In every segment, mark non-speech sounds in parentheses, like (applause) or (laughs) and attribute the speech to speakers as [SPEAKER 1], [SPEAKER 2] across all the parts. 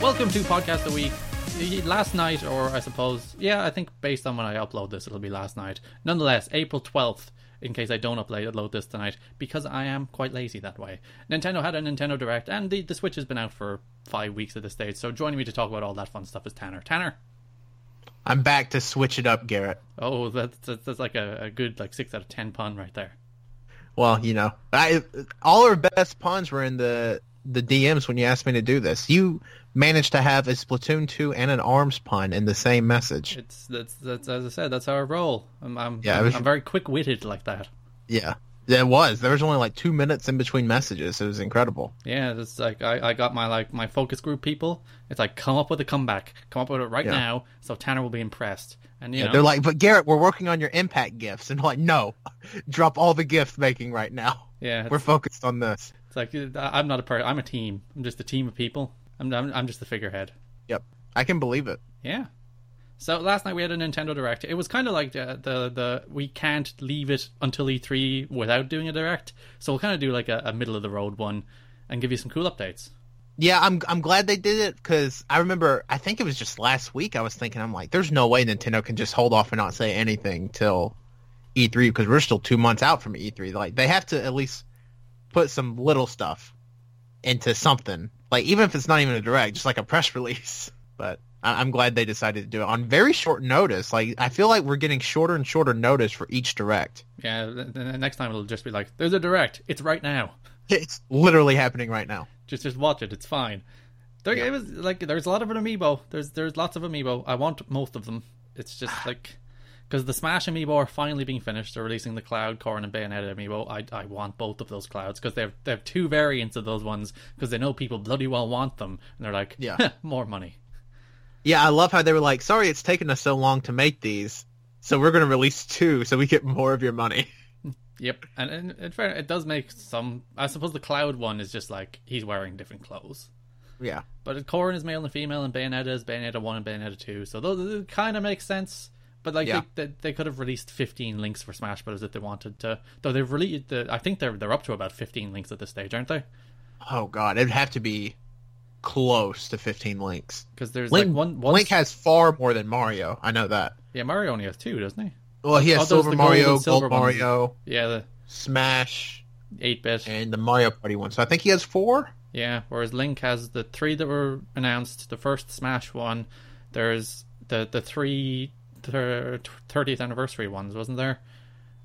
[SPEAKER 1] Welcome to Podcast of the Week. Last night, or I suppose, yeah, I think based on when I upload this, it'll be last night. Nonetheless, April 12th, in case I don't upload upload this tonight, because I am quite lazy that way. Nintendo had a Nintendo Direct, and the, the Switch has been out for five weeks at this stage, so joining me to talk about all that fun stuff is Tanner. Tanner!
[SPEAKER 2] I'm back to switch it up, Garrett.
[SPEAKER 1] Oh, that's, that's, that's like a, a good like six out of ten pun right there.
[SPEAKER 2] Well, you know, I all our best puns were in the the DMs when you asked me to do this. You managed to have a Splatoon two and an arms pun in the same message.
[SPEAKER 1] It's that's that's as I said, that's our role. I'm I'm,
[SPEAKER 2] Yeah, it
[SPEAKER 1] I'm,
[SPEAKER 2] was-
[SPEAKER 1] I'm very quick witted like that.
[SPEAKER 2] Yeah, Yeah, it was. There was only like two minutes in between messages. It was incredible.
[SPEAKER 1] Yeah, it's like I, I got my like my focus group people. It's like come up with a comeback, come up with it right
[SPEAKER 2] Yeah.
[SPEAKER 1] now, so Tanner will be impressed. And you
[SPEAKER 2] Yeah,
[SPEAKER 1] know,
[SPEAKER 2] They're like, but Garrett, we're working on your impact gifts, and I'm like, no, (laughs) drop all the gift making right now.
[SPEAKER 1] yeah,
[SPEAKER 2] We're
[SPEAKER 1] it's,
[SPEAKER 2] focused on this.
[SPEAKER 1] it's like uh, I'm not a person. I'm a team. I'm just a team of people. I'm I'm, I'm just the figurehead.
[SPEAKER 2] Yep, I can believe it.
[SPEAKER 1] Yeah. So last night we had a Nintendo Direct. It was kind of like uh, the the we can't leave it until E3 without doing a Direct. So we'll kind of do like a, a middle of the road one, and give you some cool updates.
[SPEAKER 2] Yeah, I'm I'm glad they did it because I remember I think it was just last week I was thinking I'm like, there's no way Nintendo can just hold off and not say anything till E3 because we're still two months out from E3. Like they have to at least put some little stuff into something, like even if it's not even a direct, just like a press (laughs) release. But I- I'm glad they decided to do it on very short notice. Like I feel like we're getting shorter and shorter notice for each direct.
[SPEAKER 1] Yeah, the, the next time it'll just be like there's a Direct. It's right now.
[SPEAKER 2] It's literally happening right now.
[SPEAKER 1] Just just watch it. It's fine. There it was like there's a lot of an amiibo. There's there's lots of amiibo. I want most of them. It's just like because the Smash amiibo are finally being finished. They're releasing the Cloud, Corn, and Bayonetta amiibo. I I want both of those clouds because they have they have two variants of those ones because they know people bloody well want them and they're like
[SPEAKER 2] Yeah.
[SPEAKER 1] "Heh, more money.
[SPEAKER 2] Yeah, I love how they were like, "Sorry, it's taken us so long to make these, so we're going to release two, so we get more of your
[SPEAKER 1] (laughs)
[SPEAKER 2] money."
[SPEAKER 1] Yep, and and in fair, it does make some. I suppose the Cloud one is just like he's wearing different clothes.
[SPEAKER 2] Yeah,
[SPEAKER 1] But Corrin is male and female, and Bayonetta is Bayonetta 1 and Bayonetta 2. So those kind of makes sense. But like
[SPEAKER 2] Yeah.
[SPEAKER 1] they, they, they could have released 15 links for Smash Bros if they wanted to. Though they've released, the, I think they're they're up to about 15 links at this stage, aren't they?
[SPEAKER 2] Oh god, it'd have to be close to 15 links.
[SPEAKER 1] Because there's
[SPEAKER 2] Link,
[SPEAKER 1] like one, one
[SPEAKER 2] Link has far more than Mario. I know that.
[SPEAKER 1] yeah Mario only has two, doesn't he?
[SPEAKER 2] Well, he has
[SPEAKER 1] Oh, those are
[SPEAKER 2] Silver
[SPEAKER 1] the gold
[SPEAKER 2] Mario,
[SPEAKER 1] and silver
[SPEAKER 2] Gold
[SPEAKER 1] ones.
[SPEAKER 2] Mario,
[SPEAKER 1] Yeah, the
[SPEAKER 2] Smash,
[SPEAKER 1] 8 bit. Yeah.
[SPEAKER 2] and the Mario Party one. So I think he has four.
[SPEAKER 1] whereas Link has the three that were announced. The first Smash one, there's the the three thir- 30th anniversary ones, wasn't there?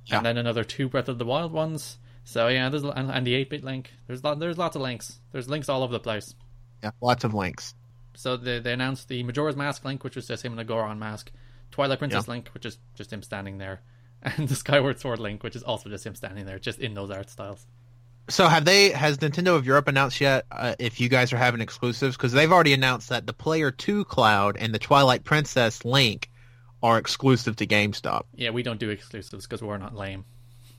[SPEAKER 2] Yeah.
[SPEAKER 1] and then another two Breath of the Wild ones. So yeah, there's and, and the eight bit link. There's lot, there's lots of links. There's links all over the place.
[SPEAKER 2] Yeah, lots of links.
[SPEAKER 1] So they they announced the Majora's Mask link, which was just him in a Goron mask. Twilight Princess link, which is just him standing there, (laughs) and the Skyward Sword link, which is also just him standing there, just in those art styles.
[SPEAKER 2] So have they? Has Nintendo of Europe announced yet uh, if you guys are having exclusives? Because they've already announced that the Player Two Cloud and the Twilight Princess Link are exclusive to GameStop.
[SPEAKER 1] Yeah, we don't do exclusives because we're not lame.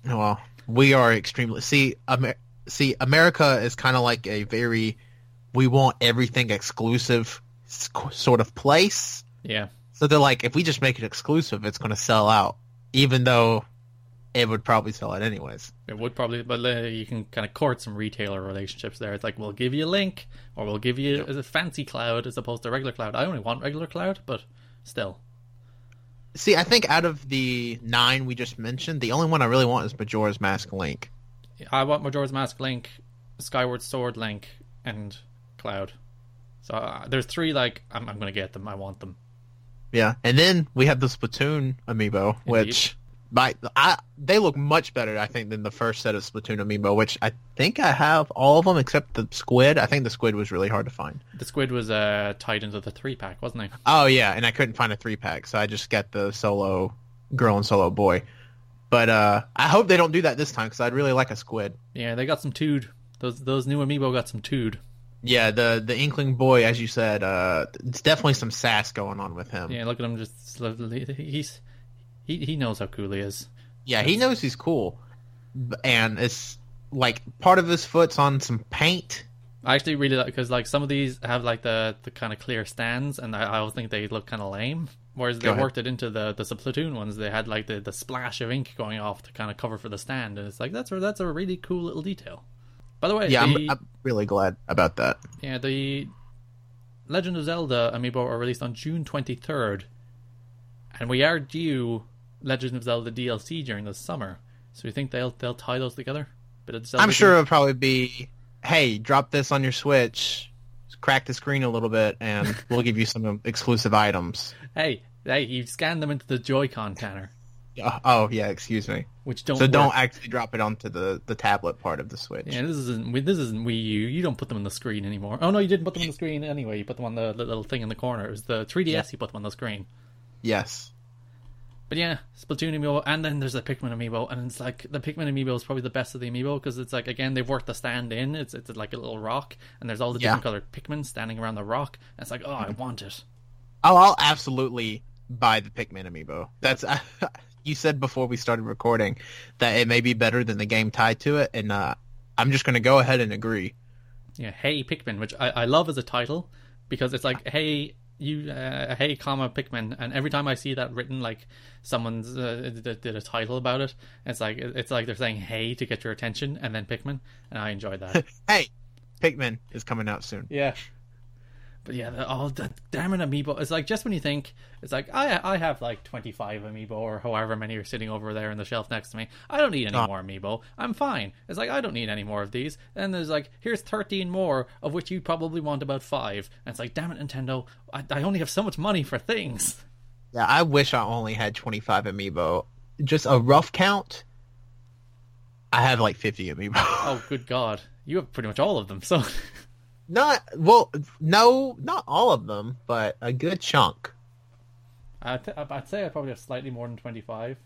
[SPEAKER 2] Well, we are extremely see. Amer- see, America is kind of like a very we want everything exclusive s- sort of place.
[SPEAKER 1] Yeah,
[SPEAKER 2] So they're like, if we just make it exclusive, it's going to sell out, even though it would probably sell out anyways.
[SPEAKER 1] it would probably, but uh, you can kind of court some retailer relationships there. It's like we'll give you a link, or we'll give you a fancy cloud as opposed to regular cloud. I only want regular cloud, but still.
[SPEAKER 2] See, I think out of the nine we just mentioned, the only one I really want is Majora's Mask Link.
[SPEAKER 1] I want Majora's Mask Link, Skyward Sword Link, and Cloud. So uh, there's three. Like I'm, I'm gonna get them. I want them.
[SPEAKER 2] Yeah, and then we have the Splatoon amiibo, which by I they look much better, I think, than the first set of Splatoon amiibo. Which I think I have all of them except the squid. I think the squid was really hard to find.
[SPEAKER 1] The squid was uh, tied into the three pack, wasn't he?
[SPEAKER 2] Oh yeah, and I couldn't find a three pack, so I just got the solo girl and solo boy. But uh, I hope they don't do that this time because I'd really like a squid.
[SPEAKER 1] Yeah, they got some tood. Those those new amiibo got some tood.
[SPEAKER 2] Yeah, the the inkling boy, as you said, uh, it's definitely some sass going on with him. Yeah,
[SPEAKER 1] Yeah, look at him just slowly. He's he he knows how cool he is.
[SPEAKER 2] he knows he's cool, B- and it's like part of his foot's on some paint.
[SPEAKER 1] I actually really like because like some of these have like the the kind of clear stands, and I, I always think they look kind of lame. Whereas they
[SPEAKER 2] Go ahead.
[SPEAKER 1] worked it into the the Splatoon ones, they had like the, the splash of ink going off to kind of cover for the stand, and it's like that's a, that's a really cool little detail. By the way,
[SPEAKER 2] Yeah,
[SPEAKER 1] the-
[SPEAKER 2] I'm, I'm really glad about that.
[SPEAKER 1] yeah, the Legend of Zelda amiibo are released on June 23rd, and we are due Legend of Zelda DLC during the summer. So you think they'll they'll tie those together? Bit of Zelda
[SPEAKER 2] I'm sure it'll probably be, hey, drop this on your Switch, crack the screen a little bit,
[SPEAKER 1] (laughs)
[SPEAKER 2] and we'll give you some exclusive items.
[SPEAKER 1] Hey, hey, you scan them into the Joy-Con Tanner,
[SPEAKER 2] Oh, oh, yeah, excuse me.
[SPEAKER 1] which don't
[SPEAKER 2] so
[SPEAKER 1] work.
[SPEAKER 2] don't actually drop it onto the, the tablet part of the Switch.
[SPEAKER 1] Yeah, this isn't Wii- this isn't Wii U. You don't put them on the screen anymore. Oh no, you didn't put them on the screen anyway. You put them on the li- little thing in the corner. It was the 3DS. You put them on the screen.
[SPEAKER 2] Yes.
[SPEAKER 1] But yeah, Splatoon amiibo, and then there's the Pikmin amiibo, and it's like the Pikmin amiibo is probably the best of the amiibo because it's like again they've worked the stand in. It's it's like a little rock, and there's all the
[SPEAKER 2] Yeah. Mm-hmm.
[SPEAKER 1] different colored Pikmin standing around the rock. And it's like oh, I want it.
[SPEAKER 2] Oh, I'll absolutely buy the Pikmin amiibo. That's (laughs) you said before we started recording that it may be better than the game tied to it, and uh, I'm just going to go ahead and agree.
[SPEAKER 1] Yeah, hey Pikmin, which I, I love as a title because it's like hey you uh, hey comma Pikmin, and every time I see that written, like someone's uh, did, did a title about it. It's like it's like they're saying hey to get your attention, and then Pikmin, and I enjoy that.
[SPEAKER 2] Hey, Pikmin is coming out soon.
[SPEAKER 1] Yeah. But yeah, the, oh, the damn it, amiibo! It's like just when you think it's like I I have like twenty five amiibo or however many are sitting over there on the shelf next to me. I don't need any
[SPEAKER 2] Ah.
[SPEAKER 1] more amiibo. I'm fine. It's like I don't need any more of these. And there's like here's thirteen more of which you probably want about five. And it's like damn it, Nintendo! I, I only have so much money for things.
[SPEAKER 2] Yeah, I wish I only had 25 amiibo. Just a rough count. I have like 50 amiibo. (laughs)
[SPEAKER 1] Oh good god, you have pretty much all of them. So (laughs)
[SPEAKER 2] Not well, no, not all of them, but a good chunk.
[SPEAKER 1] I th- I'd say I probably have slightly more than 25.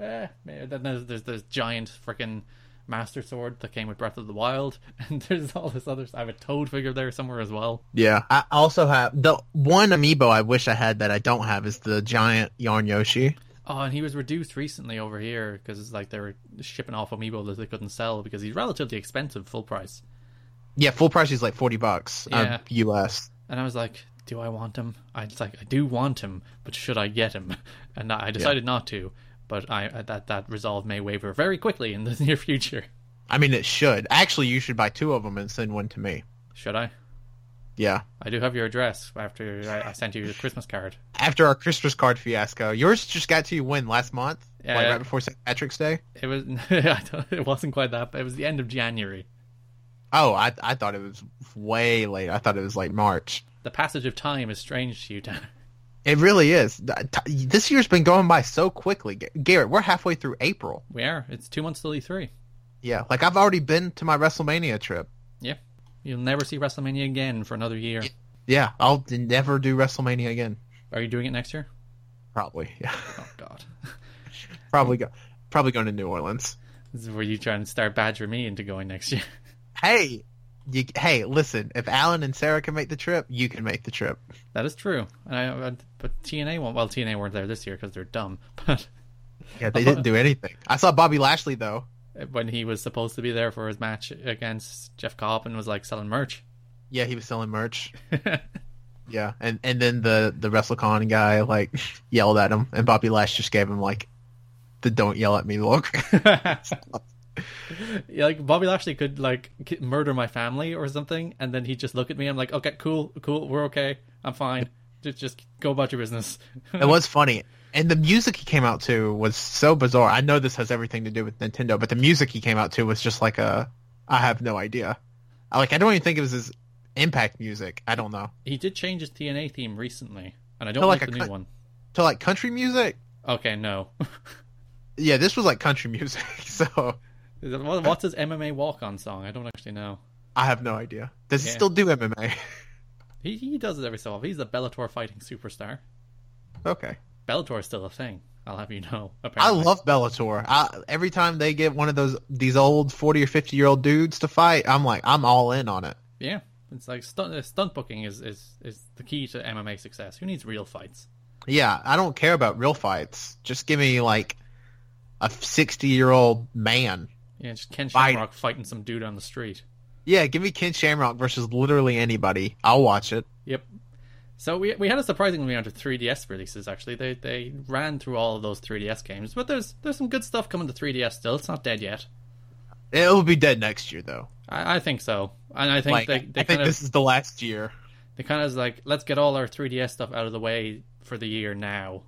[SPEAKER 1] Eh, maybe. Then there's, there's this giant freaking Master Sword that came with Breath of the Wild, (laughs) and there's all this other. I have a Toad figure there somewhere as well.
[SPEAKER 2] Yeah. I also have the one amiibo I wish I had that I don't have is the giant Yarn Yoshi.
[SPEAKER 1] Oh, and he was reduced recently over here because like they were shipping off amiibo that they couldn't sell because he's relatively expensive full price.
[SPEAKER 2] Yeah, full price is like 40 bucks
[SPEAKER 1] Yeah.
[SPEAKER 2] um, US.
[SPEAKER 1] And I was like, do I want him? I was like, I do want him, but should I get him? (laughs) And I I decided not to. But I that that resolve may waver very quickly in the (laughs) near future.
[SPEAKER 2] I mean, it should. Actually, you should buy two of them and send one to me.
[SPEAKER 1] Should I?
[SPEAKER 2] Yeah.
[SPEAKER 1] I do have your address after I, I sent you your Christmas card.
[SPEAKER 2] After our Christmas card fiasco, yours just got to you when last month, like
[SPEAKER 1] Yeah.
[SPEAKER 2] right before St. Patrick's Day.
[SPEAKER 1] It was (laughs) I don't- it wasn't quite that. But it was the end of January.
[SPEAKER 2] Oh, I I thought it was way late. I thought it was like March.
[SPEAKER 1] The passage of time is strange to you, Tanner.
[SPEAKER 2] It really is. Th- t- This year's been going by so quickly, G- Garrett. We're halfway through April.
[SPEAKER 1] (laughs) We are. It's two months till E E3.
[SPEAKER 2] Yeah, like I've already been to my WrestleMania trip.
[SPEAKER 1] Yeah, you'll never see WrestleMania again for another year.
[SPEAKER 2] Yeah, I'll d- never do WrestleMania again.
[SPEAKER 1] Are you doing it next year?
[SPEAKER 2] Probably. (laughs) Yeah,
[SPEAKER 1] Oh God, (laughs)
[SPEAKER 2] probably go. Probably going to New Orleans.
[SPEAKER 1] this is where you try and start badgering me into going next year. (laughs)
[SPEAKER 2] Hey, you, hey, listen. If Alan and Sarah can make the trip, you can make the trip.
[SPEAKER 1] That is true. And I, I but TNA won't. Well, TNA weren't there this year because they're dumb. (laughs) But
[SPEAKER 2] Yeah, they didn't do anything. I saw Bobby Lashley though.
[SPEAKER 1] when he was supposed to be there for his match against Jeff Cobb and was like selling merch.
[SPEAKER 2] Yeah, he was selling merch. Yeah, and and then the the WrestleCon guy like yelled at him, and Bobby Lash just gave him like the "Don't yell at me" look. (laughs)
[SPEAKER 1] yeah, like Bobby Lashley could like ki- murder my family or something, and then he'd just look at me. I'm like, okay, cool, cool, we're okay, I'm fine. Just, just go about your business.
[SPEAKER 2] it was funny, and the music he came out to was so bizarre. I know this has everything to do with Nintendo, but the music he came out to was just like a I have no idea. I, like I don't even think it was his Impact music. I don't know
[SPEAKER 1] (laughs) he did change his TNA theme recently, and I don't
[SPEAKER 2] No,
[SPEAKER 1] like,
[SPEAKER 2] like a
[SPEAKER 1] the
[SPEAKER 2] cut-
[SPEAKER 1] new one.
[SPEAKER 2] to like country music.
[SPEAKER 1] Okay, no. (laughs)
[SPEAKER 2] Yeah, this was like country (laughs) music, so
[SPEAKER 1] What- What's his MMA walk on song? I don't actually know.
[SPEAKER 2] I have no idea. Does
[SPEAKER 1] Yeah.
[SPEAKER 2] he still do MMA?
[SPEAKER 1] He he does it every so often. He's a Bellator fighting superstar.
[SPEAKER 2] (laughs) okay.
[SPEAKER 1] Bellator is still a thing. I'll have you know. (laughs)
[SPEAKER 2] I
[SPEAKER 1] Apparently.
[SPEAKER 2] love Bellator. I, every time they get one of those these old forty or fifty year old dudes to fight, I'm like, I'm all in on it.
[SPEAKER 1] Yeah, it's like stunt, uh, stunt booking is, is is the key to MMA success. Who needs real fights?
[SPEAKER 2] Yeah, I don't care about real fights. Just give me like a sixty year old man.
[SPEAKER 1] Yeah, just Ken
[SPEAKER 2] Fight.
[SPEAKER 1] Shamrock fighting some dude on the street.
[SPEAKER 2] Yeah, give me Ken Shamrock versus literally anybody. I'll watch it.
[SPEAKER 1] Yep. So we we had a surprising amount of 3DS releases. Actually, they they ran through all of those 3DS games, but there's there's some good stuff coming to 3DS still. It's not dead yet.
[SPEAKER 2] It'll be dead next year though.
[SPEAKER 1] I, I think so, and I think
[SPEAKER 2] like
[SPEAKER 1] they they
[SPEAKER 2] I think
[SPEAKER 1] kind of
[SPEAKER 2] this is the last year.
[SPEAKER 1] They kind of like let's get all our 3DS stuff out of the way for the year now.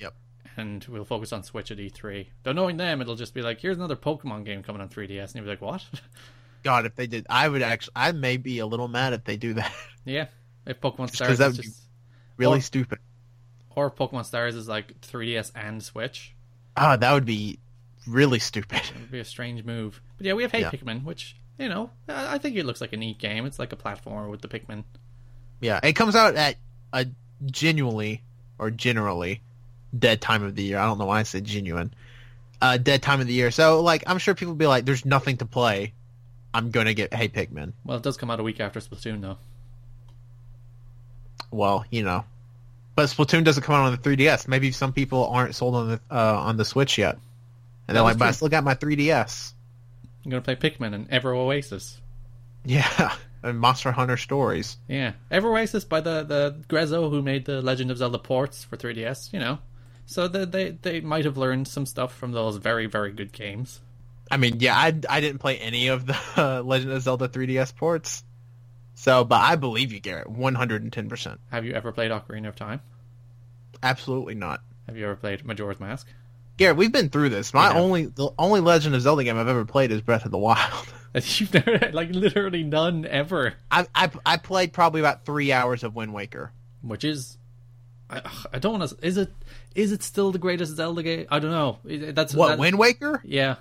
[SPEAKER 2] Yep.
[SPEAKER 1] And we'll focus on Switch at E3. Though knowing them, it'll just be like, here's another Pokemon game coming on 3DS, and you'll be like, what? (laughs)
[SPEAKER 2] God, if they did, I would actually, I may be a little mad if they do that. (laughs)
[SPEAKER 1] yeah. If Pokemon
[SPEAKER 2] Just 'cause
[SPEAKER 1] Stars
[SPEAKER 2] that
[SPEAKER 1] is
[SPEAKER 2] would be-
[SPEAKER 1] just,
[SPEAKER 2] really
[SPEAKER 1] Or-
[SPEAKER 2] stupid.
[SPEAKER 1] or Pokemon Stars is like 3DS and Switch,
[SPEAKER 2] Oh, that would be
[SPEAKER 1] (laughs)
[SPEAKER 2] really stupid.
[SPEAKER 1] it'd be a strange move. But yeah, we have Hey
[SPEAKER 2] Yeah.
[SPEAKER 1] Pikmin, which you know, I I think it looks like a neat game. It's like a platformer with the Pikmin.
[SPEAKER 2] Yeah, it comes out at a genuinely or generally dead time of the year. I don't know why I said genuine. Uh, dead time of the year. So like, I'm sure people will be like, "There's nothing to play. I'm gonna get Hey Pikmin."
[SPEAKER 1] Well, it does come out a week after Splatoon, though.
[SPEAKER 2] Well, you know, but Splatoon doesn't come out on the 3DS. Maybe some people aren't sold on the uh, on the Switch yet, and
[SPEAKER 1] That
[SPEAKER 2] they're
[SPEAKER 1] was
[SPEAKER 2] like, "But I
[SPEAKER 1] true.
[SPEAKER 2] still got my 3DS."
[SPEAKER 1] I'm gonna play Pikmin and Ever Oasis.
[SPEAKER 2] (laughs) Yeah, and Monster Hunter Stories.
[SPEAKER 1] Yeah, Ever Oasis by the the Grezzo who made the Legend of Zelda ports for 3DS. You know, so they they, they might have learned some stuff from those very very good games.
[SPEAKER 2] I mean, yeah, I, I didn't play any of the (laughs) uh, Legend of Zelda 3DS ports. So, but I believe you, Garrett, 110%.
[SPEAKER 1] Have you ever played Ocarina of Time?
[SPEAKER 2] Absolutely not.
[SPEAKER 1] Have you ever played Majora's Mask? (laughs)
[SPEAKER 2] Garrett, we've been through this. My
[SPEAKER 1] We have.
[SPEAKER 2] only the only Legend of Zelda game I've ever played is Breath of the Wild. (laughs)
[SPEAKER 1] You've never like literally none ever.
[SPEAKER 2] I I, I played probably about three hours of Wind Waker.
[SPEAKER 1] which is I, ugh, I don't want to. Is it is it still the greatest Zelda game? I don't know. Is it- That's
[SPEAKER 2] What
[SPEAKER 1] that-
[SPEAKER 2] Wind Waker?
[SPEAKER 1] Yeah,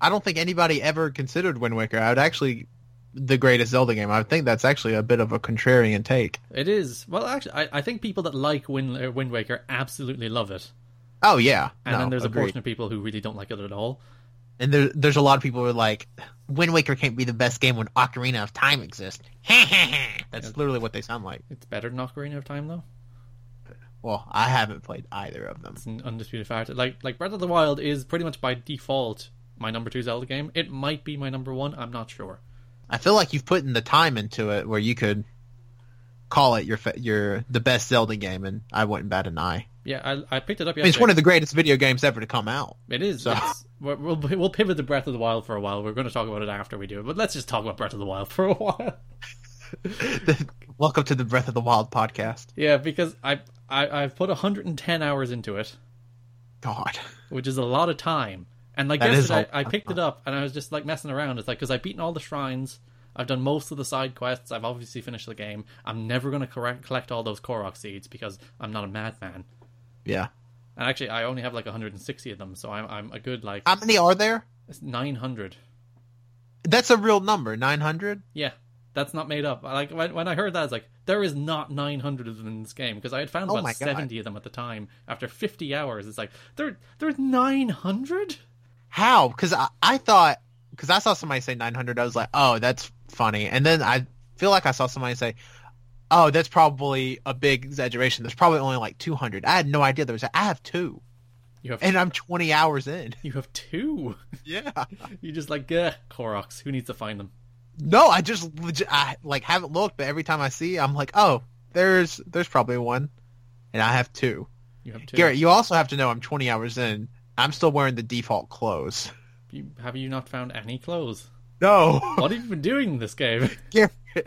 [SPEAKER 2] I don't think anybody ever considered Wind Waker. I would actually the greatest Zelda game. I think that's actually a bit of a contrarian take.
[SPEAKER 1] it is. Well, actually, I, I think people that like Wind, uh, Wind Waker absolutely love it,
[SPEAKER 2] Oh yeah,
[SPEAKER 1] and
[SPEAKER 2] No,
[SPEAKER 1] then there's a
[SPEAKER 2] agreed.
[SPEAKER 1] portion of people who really don't like it at all.
[SPEAKER 2] And there, there's a lot of people who are like, Wind Waker can't be the best game when Ocarina of Time exists. (laughs) That's literally what they sound like.
[SPEAKER 1] It's better than Ocarina of Time, though.
[SPEAKER 2] Well, I haven't played either of them.
[SPEAKER 1] It's an undisputed fact. Like like Breath of the Wild is pretty much by default my number two Zelda game. It might be my number one. I'm not sure.
[SPEAKER 2] I feel like you've put in the time into it where you could call it your fa- your the best Zelda game, and I wouldn't bat an eye.
[SPEAKER 1] Yeah, I, I picked it up
[SPEAKER 2] I mean,
[SPEAKER 1] yesterday.
[SPEAKER 2] it's one of the greatest video games ever to come out. (laughs)
[SPEAKER 1] It is.
[SPEAKER 2] So-
[SPEAKER 1] It's- we're- we'll we'll pivot to Breath of the Wild for a while. We're going to talk about it after we do it, but let's just talk about Breath of the Wild for a while.
[SPEAKER 2] Welcome to the Breath of the Wild podcast.
[SPEAKER 1] Yeah, because I, I I've put 110 hours into it,
[SPEAKER 2] God, (laughs)
[SPEAKER 1] which is a lot of time. And like
[SPEAKER 2] That is
[SPEAKER 1] yesterday,
[SPEAKER 2] a-
[SPEAKER 1] I picked it up and I was just like messing around. It's like because I've beaten all the shrines, I've done most of the side quests, I've obviously finished the game. I'm never gonna correct, collect all those Korok seeds because I'm not a madman.
[SPEAKER 2] yeah.
[SPEAKER 1] And actually, I only have like 160 of them, so I'm I'm a good like
[SPEAKER 2] How many are there?
[SPEAKER 1] 900.
[SPEAKER 2] That's a real number, nine hundred.
[SPEAKER 1] Yeah, that's not made up. I- Like when, when I heard that, I was like, there is not 900 of them in this game because I had found
[SPEAKER 2] Oh my
[SPEAKER 1] about
[SPEAKER 2] God.
[SPEAKER 1] 70 of them at the time. After 50 hours, it's like there there's 900.
[SPEAKER 2] How? Because I, I thought because I saw somebody say 900, I was like, oh, that's funny. And then I feel like I saw somebody say, oh, that's probably a big exaggeration. There's probably only like 200. I had no idea there was. I have two,
[SPEAKER 1] You have
[SPEAKER 2] and I'm 20 hours in. (laughs)
[SPEAKER 1] you have two.
[SPEAKER 2] Yeah.
[SPEAKER 1] You just like Gah, Koroks. Who needs to find them?
[SPEAKER 2] No, I just legit, I like haven't looked, but every time I see, I'm like, oh, there's there's probably one, and I have two.
[SPEAKER 1] You have two.
[SPEAKER 2] Garrett, you also have to know I'm 20 hours in. I'm still wearing the default clothes. (laughs)
[SPEAKER 1] You, have you not found any clothes?
[SPEAKER 2] No,
[SPEAKER 1] What have you been doing in this game?
[SPEAKER 2] Garrett, (laughs)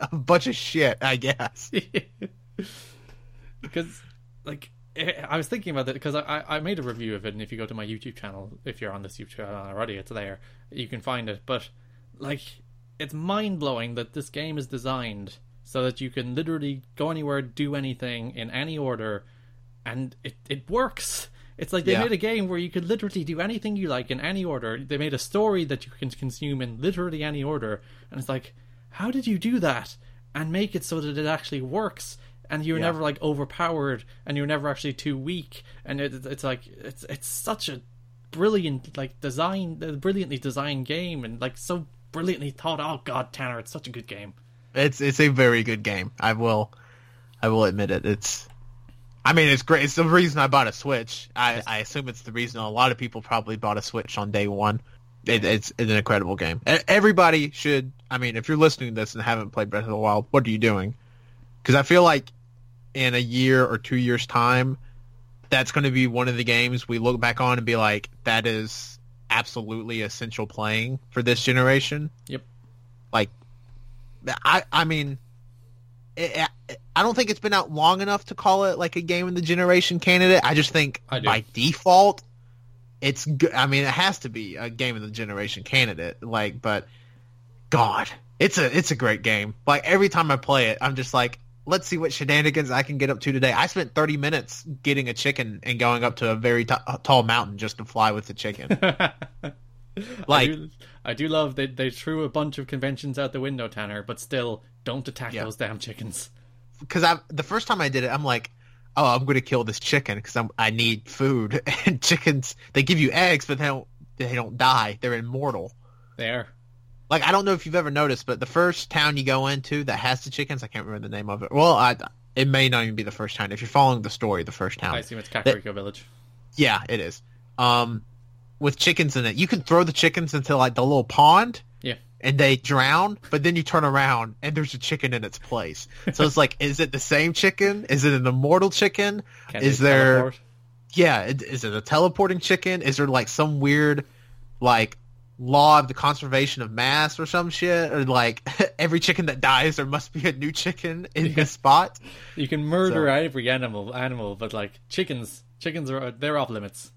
[SPEAKER 2] a bunch of shit,
[SPEAKER 1] (laughs)
[SPEAKER 2] I guess.
[SPEAKER 1] because like eh, I was thinking about that because I, I I made a review of it, and if you go to my YouTube channel, if you're on this YouTube channel already, it's there. You can find it. But like, it's mind blowing that this game is designed so that you can literally go anywhere, do anything in any order, and it it works. It's like they
[SPEAKER 2] Yeah.
[SPEAKER 1] made a game where you could literally do anything you like in any order. They made a story that you can consume in literally any order, and it's like, how did you do that and make it so that it actually works? And you're
[SPEAKER 2] Yeah.
[SPEAKER 1] never like overpowered, and you're never actually too weak. And it, it's like it's it's such a brilliant like design, a brilliantly designed game, and like so brilliantly thought. Oh God, Tanner, it's such a good game. (laughs)
[SPEAKER 2] It's it's a very good game. I will, I will admit it. It's, I mean, it's great. It's the reason I bought a Switch. I, I assume it's the reason a lot of people probably bought a Switch on day one. It, it's, it's an incredible game. E- Everybody should. I mean, if you're listening to this and haven't played Breath of the Wild, what are you doing? Because I feel like in a year or two years time, that's going to be one of the games we look back on and be like, that is absolutely essential playing for this generation
[SPEAKER 1] Yep.
[SPEAKER 2] like I I mean it, it- I don't think it's been out long enough to call it like a game of the generation candidate. I just think
[SPEAKER 1] I do.
[SPEAKER 2] by default, it's. go- I mean, it has to be a game of the generation candidate. Like, but God, it's a it's a great game. Like every time I play it, I'm just like, let's see what shenanigans I can get up to today. I spent 30 minutes getting a chicken and going up to a very t- tall mountain just to fly with the chicken.
[SPEAKER 1] (laughs) I
[SPEAKER 2] Like-
[SPEAKER 1] do, I do love they they threw a bunch of conventions out the window, Tanner, but still don't attack
[SPEAKER 2] Yeah.
[SPEAKER 1] those damn chickens.
[SPEAKER 2] because I the first time I did it, I'm like, oh, I'm gonna kill this chicken because I'm I need food (laughs) and chickens. They give you eggs, but they don't they don't die. They're immortal.
[SPEAKER 1] There.
[SPEAKER 2] Like I don't know if you've ever noticed, but the first town you go into that has the chickens, I can't remember the name of it. Well, I it may not even be the first town if you're following the story. The first town,
[SPEAKER 1] I assume it's Kakariko Village.
[SPEAKER 2] yeah, it is. Um, with chickens in it, you can throw the chickens into like the little pond,
[SPEAKER 1] Yeah.
[SPEAKER 2] and they drown, but then you turn around and there's a chicken in its place. So it's like, is it the same chicken? Is it an immortal chicken?
[SPEAKER 1] Can
[SPEAKER 2] is
[SPEAKER 1] they
[SPEAKER 2] there
[SPEAKER 1] teleport?
[SPEAKER 2] yeah, it- is it a teleporting chicken? Is there like some weird like law of the conservation of mass or some shit or like (laughs) every chicken that dies there must be a new chicken in this spot?
[SPEAKER 1] You can murder
[SPEAKER 2] So-
[SPEAKER 1] every animal, animal, but like chickens, chickens are they're off limits.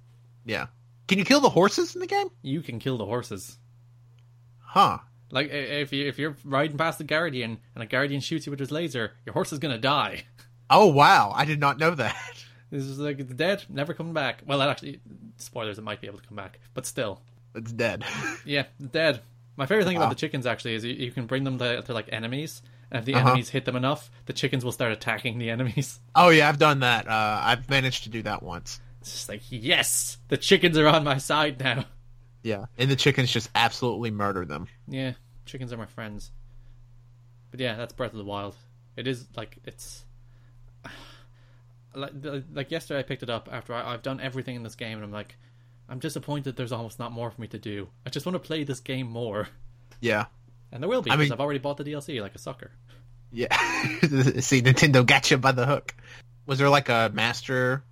[SPEAKER 2] Yeah. Can you kill the horses in the game?
[SPEAKER 1] You can kill the horses.
[SPEAKER 2] Huh.
[SPEAKER 1] Like i- if you if you're riding past the guardian and a guardian shoots you with his laser, your horse is gonna die.
[SPEAKER 2] Oh wow, I did not know that. (laughs)
[SPEAKER 1] This is like it's dead, never coming back. Well, that actually, spoilers, it might be able to come back, but still,
[SPEAKER 2] It's dead. (laughs)
[SPEAKER 1] yeah, dead. My favorite thing
[SPEAKER 2] Wow.
[SPEAKER 1] about the chickens actually is you, you can bring them to, to like enemies, and if the
[SPEAKER 2] Uh-huh.
[SPEAKER 1] enemies hit them enough, the chickens will start attacking the enemies. (laughs)
[SPEAKER 2] oh yeah, I've done that. Uh, I've managed to do that once.
[SPEAKER 1] It's just like yes, the chickens are on my side now. (laughs)
[SPEAKER 2] Yeah. And the chickens just absolutely murder them.
[SPEAKER 1] Yeah, chickens are my friends. But yeah, that's Breath of the Wild. It is like it's (sighs) like like yesterday I picked it up after I, I've done everything in this game and I'm like I'm disappointed there's almost not more for me to do. I just want to play this game more.
[SPEAKER 2] Yeah.
[SPEAKER 1] And there will be
[SPEAKER 2] I
[SPEAKER 1] because
[SPEAKER 2] mean-
[SPEAKER 1] I've already bought the DLC like a sucker.
[SPEAKER 2] Yeah. (laughs) See, Nintendo got you by the hook. Was there like a master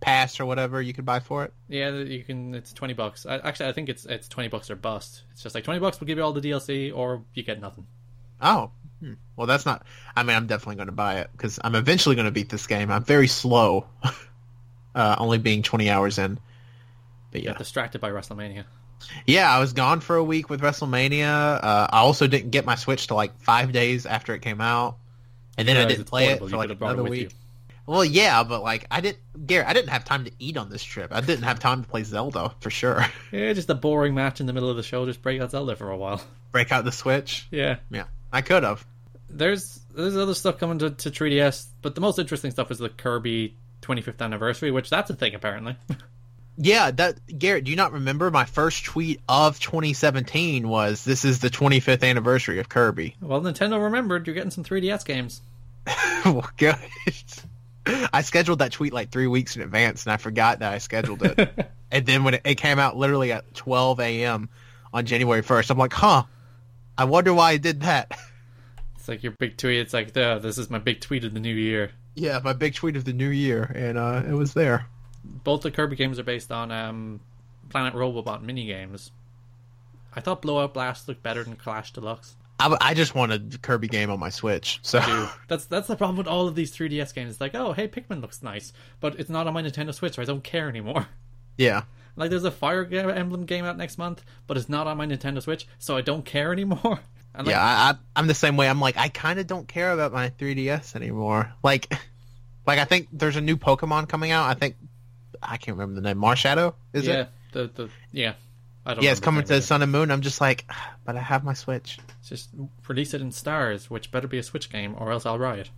[SPEAKER 2] pass or whatever you could buy for it?
[SPEAKER 1] Yeah, you can it's 20 bucks. I, actually I think it's it's 20 bucks or bust. It's just like 20 bucks will give you all the DLC or you get nothing.
[SPEAKER 2] Oh. Hmm. Well, that's not. I mean, I'm definitely going to buy it because I'm eventually going to beat this game. I'm very slow, (laughs) uh, only being 20 hours in. But
[SPEAKER 1] You
[SPEAKER 2] yeah.
[SPEAKER 1] Get distracted by WrestleMania.
[SPEAKER 2] Yeah, I was gone for a week with WrestleMania. Uh, I also didn't get my Switch to like five days after it came out. And then I
[SPEAKER 1] Realize
[SPEAKER 2] didn't
[SPEAKER 1] it's
[SPEAKER 2] play it
[SPEAKER 1] portable,
[SPEAKER 2] for
[SPEAKER 1] you
[SPEAKER 2] like
[SPEAKER 1] could've brought it
[SPEAKER 2] another
[SPEAKER 1] with you.
[SPEAKER 2] week. Well, yeah, but like I didn't, Garrett. I didn't have time to eat on this trip. I didn't have time to play Zelda for sure. (laughs)
[SPEAKER 1] Yeah, just a boring match in the middle of the show just break out Zelda for a while. (laughs)
[SPEAKER 2] Break out the Switch.
[SPEAKER 1] Yeah.
[SPEAKER 2] Yeah, I could have.
[SPEAKER 1] there's there's other stuff coming to, to 3DS, but the most interesting stuff is the Kirby 25th anniversary, which that's a thing apparently. (laughs)
[SPEAKER 2] Yeah, that Garrett. Do you not remember my first tweet of 2017 was this is the 25th anniversary of Kirby?
[SPEAKER 1] well, Nintendo remembered you're getting some 3DS games.
[SPEAKER 2] (laughs) well, good. Oh I scheduled that tweet like three weeks in advance, and I forgot that I scheduled it.
[SPEAKER 1] (laughs)
[SPEAKER 2] and then when it, it came out, literally at 12 a.m. on January 1st, I'm like, huh. I wonder why I did that. (laughs)
[SPEAKER 1] It's like your big tweet. It's like, "Duh, this is my big tweet of the new year.
[SPEAKER 2] yeah, my big tweet of the new year, and uh, it was there.
[SPEAKER 1] Both the Kirby games are based on um, Planet Robobot minigames. I thought Blowout Blast looked better than Clash Deluxe.
[SPEAKER 2] I, I just want a Kirby game on my Switch. So
[SPEAKER 1] Dude, that's that's the problem with all of these 3DS games. It's like, oh, hey, Pikmin looks nice, but it's not on my Nintendo Switch, so I don't care anymore.
[SPEAKER 2] (laughs)
[SPEAKER 1] (laughs)
[SPEAKER 2] yeah,
[SPEAKER 1] Like, there's a Fire Ga- Emblem game out next month, but it's not on my Nintendo Switch, so I don't care anymore. (laughs) And like,
[SPEAKER 2] yeah, I, I, I'm the same way. I'm like I kind of don't care about my 3DS anymore. Like, (laughs) like I think there's a new Pokemon coming out. I think I can't remember the name. Marshadow is
[SPEAKER 1] yeah,
[SPEAKER 2] it?
[SPEAKER 1] the the yeah, I don't.
[SPEAKER 2] Yeah, it's coming
[SPEAKER 1] remember the
[SPEAKER 2] to
[SPEAKER 1] name of
[SPEAKER 2] Sun and Moon. I'm just like, "Ah, but I have my Switch.
[SPEAKER 1] it. Just release it in stars, which better be a Switch game, or else I'll riot.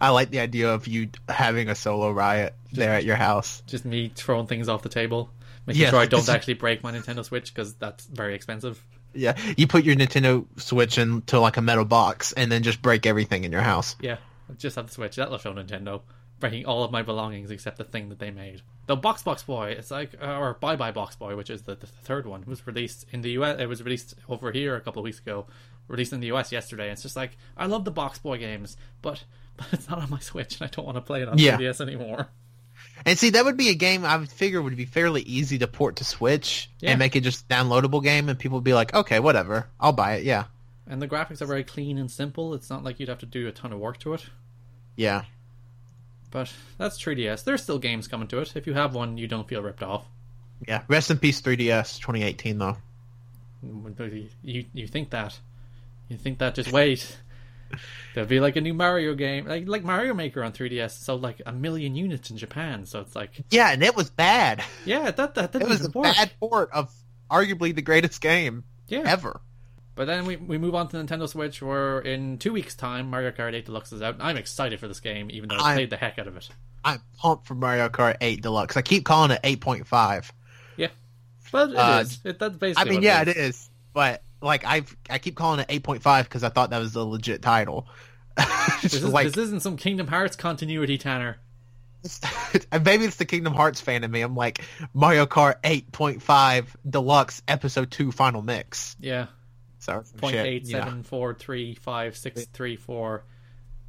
[SPEAKER 2] I like the idea of you having a solo riot there at your house.
[SPEAKER 1] Just me throwing things off the table, making
[SPEAKER 2] Yes,
[SPEAKER 1] sure I don't
[SPEAKER 2] it's-
[SPEAKER 1] actually break my Nintendo Switch because that's very expensive.
[SPEAKER 2] Yeah, you put your Nintendo Switch into like a metal box and then just break everything in your house.
[SPEAKER 1] Yeah, I just have the Switch. That'll show Nintendo breaking all of my belongings except the thing that they made. The Box Box Boy, it's like uh, or Bye Bye Box Boy, which is the, the third one, was released in the U.S. It was released over here a couple of weeks ago, released in the U.S. yesterday. It's just like I love the Box Boy games, but (laughs) but it's not on my Switch, and I don't want to play it on
[SPEAKER 2] Yeah.
[SPEAKER 1] 3DS anymore.
[SPEAKER 2] And see, that would be a game I would figure would be fairly easy to port to Switch
[SPEAKER 1] Yeah.
[SPEAKER 2] and make it just downloadable game, and people would be like, okay, whatever, I'll buy it. Yeah,
[SPEAKER 1] And the graphics are very clean and simple. It's not like you'd have to do a ton of work to it.
[SPEAKER 2] Yeah.
[SPEAKER 1] But that's 3DS. There's still games coming to it. If you have one, you don't feel ripped off.
[SPEAKER 2] Yeah. Rest in peace 3DS 2018 though.
[SPEAKER 1] You you think that? You think that? Just wait. There'll be like a new Mario game, like like Mario Maker on 3DS sold like a million units in Japan. So it's like,
[SPEAKER 2] Yeah, and it was bad.
[SPEAKER 1] yeah, that that, that
[SPEAKER 2] It was a
[SPEAKER 1] doesn't work.
[SPEAKER 2] bad port of arguably the greatest game
[SPEAKER 1] yeah.
[SPEAKER 2] ever.
[SPEAKER 1] But then we, we move on to Nintendo Switch, where in two weeks' time, Mario Kart 8 Deluxe is out. I'm excited for this game, even though I
[SPEAKER 2] I'm-
[SPEAKER 1] played the heck out of it.
[SPEAKER 2] I'm pumped for Mario Kart 8 Deluxe. I keep calling it 8.5.
[SPEAKER 1] Yeah, but it is.
[SPEAKER 2] Uh,
[SPEAKER 1] It, that's basically.
[SPEAKER 2] I mean,
[SPEAKER 1] what
[SPEAKER 2] yeah,
[SPEAKER 1] it is.
[SPEAKER 2] it is, but like I have I keep calling it 8.5 because I thought that was the legit title. (laughs) Just
[SPEAKER 1] This, is,
[SPEAKER 2] like
[SPEAKER 1] this isn't some Kingdom Hearts continuity, Tanner.
[SPEAKER 2] (laughs) and maybe it's the Kingdom Hearts fan in me. I'm like Mario Kart 8.5 Deluxe Episode Two Final Mix.
[SPEAKER 1] Yeah,
[SPEAKER 2] So
[SPEAKER 1] point
[SPEAKER 2] shit,
[SPEAKER 1] eight
[SPEAKER 2] you know.
[SPEAKER 1] seven four three five six three four.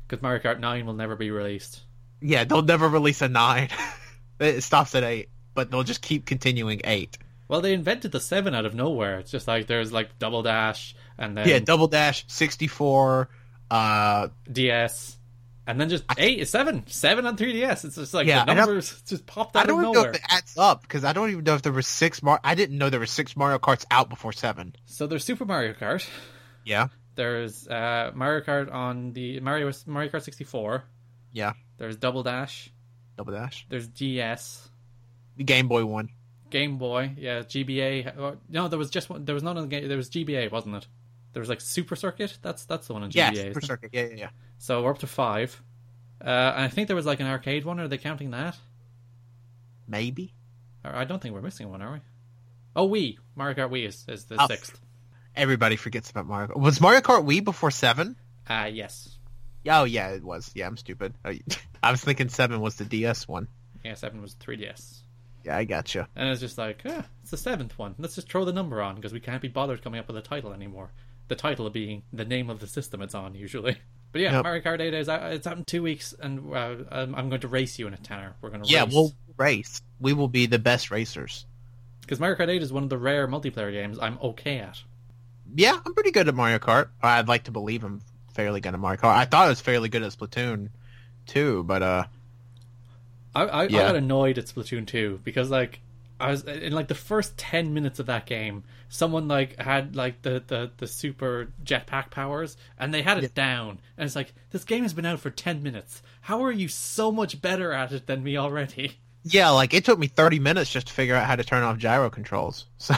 [SPEAKER 1] Because Mario Kart 9 will never be released.
[SPEAKER 2] Yeah, they'll never release a nine. (laughs) it stops at eight, but they'll just keep continuing eight.
[SPEAKER 1] Well, they invented the seven out of nowhere. It's just like there's like Double Dash and then
[SPEAKER 2] yeah, Double Dash 64. Uh,
[SPEAKER 1] DS, and then just eight is seven, seven on 3DS. It's just like
[SPEAKER 2] Yeah,
[SPEAKER 1] the
[SPEAKER 2] I don't-
[SPEAKER 1] numbers just popped
[SPEAKER 2] I
[SPEAKER 1] out of
[SPEAKER 2] don't even know
[SPEAKER 1] nowhere.
[SPEAKER 2] if it adds up because I don't even know if there were six. Mar- I didn't know there were six Mario Karts out before seven.
[SPEAKER 1] So there's Super Mario Kart.
[SPEAKER 2] Yeah,
[SPEAKER 1] There's uh, Mario Kart on the Mario Mario Kart 64.
[SPEAKER 2] yeah,
[SPEAKER 1] There's Double Dash.
[SPEAKER 2] Double Dash,
[SPEAKER 1] There's DS.
[SPEAKER 2] the Game Boy one.
[SPEAKER 1] Game Boy, yeah, GBA. uh, No, there was just one. There was none on the game. There was GBA, wasn't it? There was like Super Circuit. That's that's the one on GBA.
[SPEAKER 2] Yeah,
[SPEAKER 1] isn't
[SPEAKER 2] Super
[SPEAKER 1] it?
[SPEAKER 2] Circuit. Yeah, yeah, yeah.
[SPEAKER 1] So we're up to five. Uh, and I think there was like an arcade one. Are they counting that?
[SPEAKER 2] Maybe.
[SPEAKER 1] Or I don't think we're missing one, are we? Oh, Wii. Mario Kart Wii is, is the
[SPEAKER 2] Oh.
[SPEAKER 1] sixth.
[SPEAKER 2] Everybody forgets about Mario. Kart. Was Mario Kart Wii before seven?
[SPEAKER 1] Uh, yes.
[SPEAKER 2] Yeah, Oh yeah, it was. Yeah, I'm stupid. Oh, (laughs) I was thinking seven was the DS one.
[SPEAKER 1] Yeah, seven was 3DS.
[SPEAKER 2] Yeah, I gotcha.
[SPEAKER 1] And it's just like, eh, it's the seventh one. Let's just throw the number on because we can't be bothered coming up with a title anymore. The title being the name of the system it's on, usually. (laughs) But yeah,
[SPEAKER 2] Yep.
[SPEAKER 1] Mario Kart 8 is out, it's out in two weeks, and uh, I'm, I'm going to race you in it, Tanner. We're going to
[SPEAKER 2] Yeah,
[SPEAKER 1] race.
[SPEAKER 2] we'll race. We will be the best racers.
[SPEAKER 1] Because Mario Kart 8 is one of the rare multiplayer games I'm okay at.
[SPEAKER 2] Yeah, I'm pretty good at Mario Kart. Or I'd like to believe I'm fairly good at Mario Kart. I thought I was fairly good at Splatoon too, but uh,
[SPEAKER 1] I, I, I
[SPEAKER 2] Yeah.
[SPEAKER 1] got annoyed at Splatoon 2 because like I was in like the first 10 minutes of that game someone like had like the the, the super jetpack powers and they had it down and it's like this game has been out for 10 minutes how are you so much better at it than me already (laughs)
[SPEAKER 2] yeah, like it took me 30 minutes just to figure out how to turn off gyro controls. (laughs) So.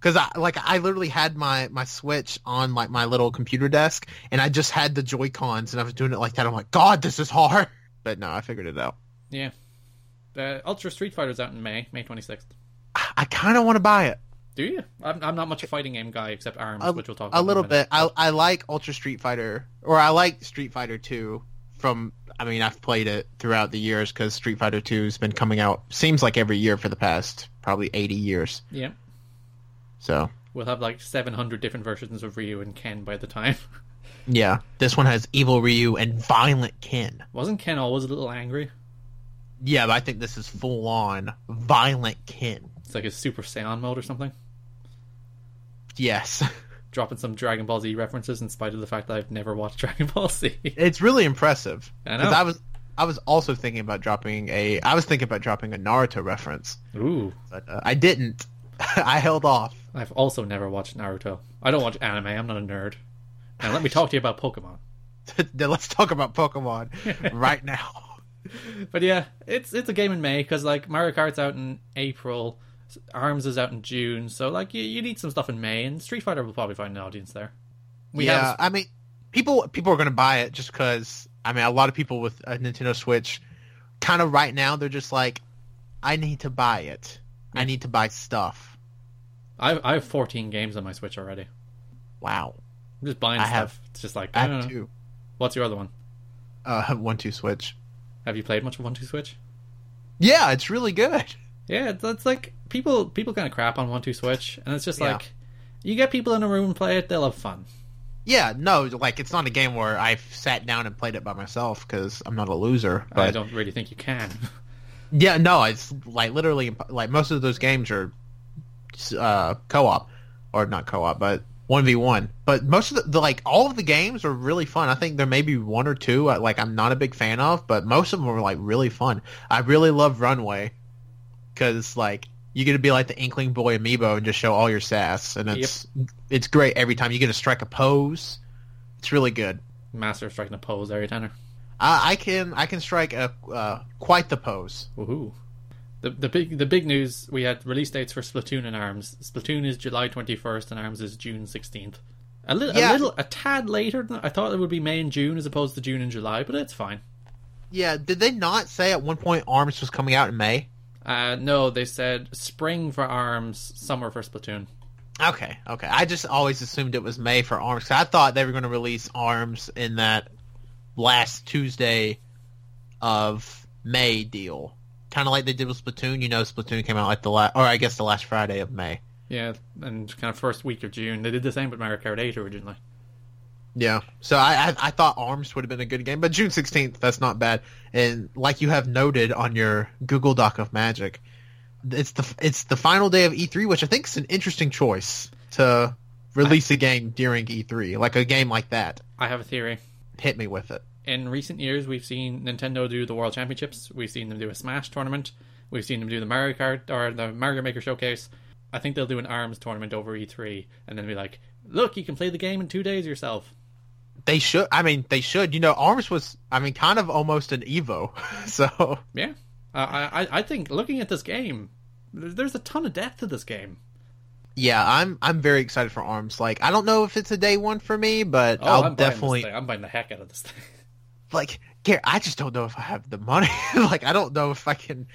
[SPEAKER 2] Cause I like I literally had my my Switch on like my little computer desk, and I just had the Joy Cons, and I was doing it like that. I'm like, God, this is hard. (laughs) But no, I figured it out.
[SPEAKER 1] yeah the Ultra Street Fighter's out in May May 26th
[SPEAKER 2] I kind of want to buy it
[SPEAKER 1] do you I'm, I'm not much a fighting game guy except ARMS
[SPEAKER 2] a,
[SPEAKER 1] which we'll talk about
[SPEAKER 2] a
[SPEAKER 1] in
[SPEAKER 2] little
[SPEAKER 1] minute.
[SPEAKER 2] bit. I I like Ultra Street Fighter, or I like Street Fighter Two. From I mean, I've played it throughout the years because Street Fighter Two has been coming out seems like every year for the past probably eighty years.
[SPEAKER 1] yeah
[SPEAKER 2] So
[SPEAKER 1] we'll have like 700 different versions of Ryu and Ken by the time (laughs)
[SPEAKER 2] yeah, this one has Evil Ryu and Violent Ken.
[SPEAKER 1] wasn't Ken always a little angry
[SPEAKER 2] Yeah, but I think this is full on Violent Ken.
[SPEAKER 1] It's like a Super Saiyan mode or something.
[SPEAKER 2] Yes, (laughs)
[SPEAKER 1] Dropping some Dragon Ball Z references in spite of the fact that I've never watched (laughs) Dragon Ball Z.
[SPEAKER 2] it's really impressive.
[SPEAKER 1] I
[SPEAKER 2] 'Cause
[SPEAKER 1] know.
[SPEAKER 2] I was I was also thinking about dropping a I was thinking about dropping a Naruto reference,
[SPEAKER 1] Ooh,
[SPEAKER 2] but uh, I didn't. (laughs) I held off. (laughs)
[SPEAKER 1] I've also never watched Naruto. I don't watch anime, I'm not a nerd. Now let me talk to you about Pokemon.
[SPEAKER 2] then let's talk about Pokemon (laughs) right now.
[SPEAKER 1] But yeah, it's it's a game in May because like Mario Kart's out in April, Arms is out in June, so like you, you need some stuff in May, and Street Fighter will probably find an audience there. We
[SPEAKER 2] yeah,
[SPEAKER 1] have
[SPEAKER 2] I mean, people people are going to buy it just because. I mean, a lot of people with a Nintendo Switch, kind of right now, they're just like, I need to buy it. I need to buy stuff.
[SPEAKER 1] I I have 14 games on my Switch already.
[SPEAKER 2] Wow,
[SPEAKER 1] I'm just buying
[SPEAKER 2] I
[SPEAKER 1] stuff.
[SPEAKER 2] have-
[SPEAKER 1] it's just like
[SPEAKER 2] I
[SPEAKER 1] I don't
[SPEAKER 2] have
[SPEAKER 1] know.
[SPEAKER 2] two.
[SPEAKER 1] What's your other one?
[SPEAKER 2] Uh, (laughs) one two Switch.
[SPEAKER 1] Have you played much of One Two Switch?
[SPEAKER 2] Yeah, it's really good. (laughs)
[SPEAKER 1] Yeah, that's like people people kind of crap on one two switch, and it's just
[SPEAKER 2] Yeah.
[SPEAKER 1] like you get people in a room and play it, they'll have fun.
[SPEAKER 2] Yeah, no, like it's not a game where I've sat down and played it by myself because I'm not a loser.
[SPEAKER 1] I
[SPEAKER 2] But
[SPEAKER 1] don't really think you can. (laughs)
[SPEAKER 2] yeah, no, it's like literally imp- like most of those games are uh, co-op or not co-op, but one v one. But most of the, the like all of the games are really fun. I think there may be one or two uh, like I'm not a big fan of, but most of them are like really fun. I really love Runway because like you get to be like the Inkling Boy amiibo and just show all your sass, and it's it's great every time you get to strike a pose. It's really good.
[SPEAKER 1] Master of striking a pose every time.
[SPEAKER 2] I, I can I can strike a uh, quite the pose.
[SPEAKER 1] Woohoo. The, the big the big news we had release dates for Splatoon and Arms. Splatoon is July twenty first and Arms is June sixteenth. A little a
[SPEAKER 2] Yeah.
[SPEAKER 1] little a tad later than I thought it would be May and June as opposed to June and July, but it's fine.
[SPEAKER 2] Yeah, did they not say at one point Arms was coming out in May?
[SPEAKER 1] Uh, no, they said spring for Arms, summer for Splatoon.
[SPEAKER 2] Okay, okay. I just always assumed it was May for Arms. 'cause I thought they were going to release Arms in that last Tuesday of May deal, kind of like they did with Splatoon. You know, Splatoon came out like the last, or I guess the last Friday of May.
[SPEAKER 1] Yeah, and kind of first week of June. They did the same with Mario Kart 8 originally.
[SPEAKER 2] Yeah. So I, I I thought Arms would have been a good game, but June sixteenth, that's not bad. And like you have noted on your Google Doc of Magic, it's the it's the final day of E three, which I think is an interesting choice to release a game during E three, like a game like that.
[SPEAKER 1] I have a theory.
[SPEAKER 2] Hit me with it.
[SPEAKER 1] In recent years, we've seen Nintendo do the World Championships. We've seen them do a Smash tournament. We've seen them do the Mario Kart or the Mario Maker Showcase. I think they'll do an ARMS tournament over E3 and then be like, look, you can play the game in two days yourself.
[SPEAKER 2] They should. I mean, they should. You know, Arms was. I mean, kind of almost an Evo. (laughs) So
[SPEAKER 1] Yeah. Uh, I, I- I think looking at this game, th- there's a ton of depth to this game.
[SPEAKER 2] yeah, I'm I'm very excited for Arms. Like, I don't know if it's a day one for me, but
[SPEAKER 1] Oh,
[SPEAKER 2] I'll
[SPEAKER 1] am Buying
[SPEAKER 2] definitely.
[SPEAKER 1] this thing. I'm buying the heck out of this thing. (laughs)
[SPEAKER 2] like Garrett, I just don't know if I have the money. (laughs) like I don't know if I can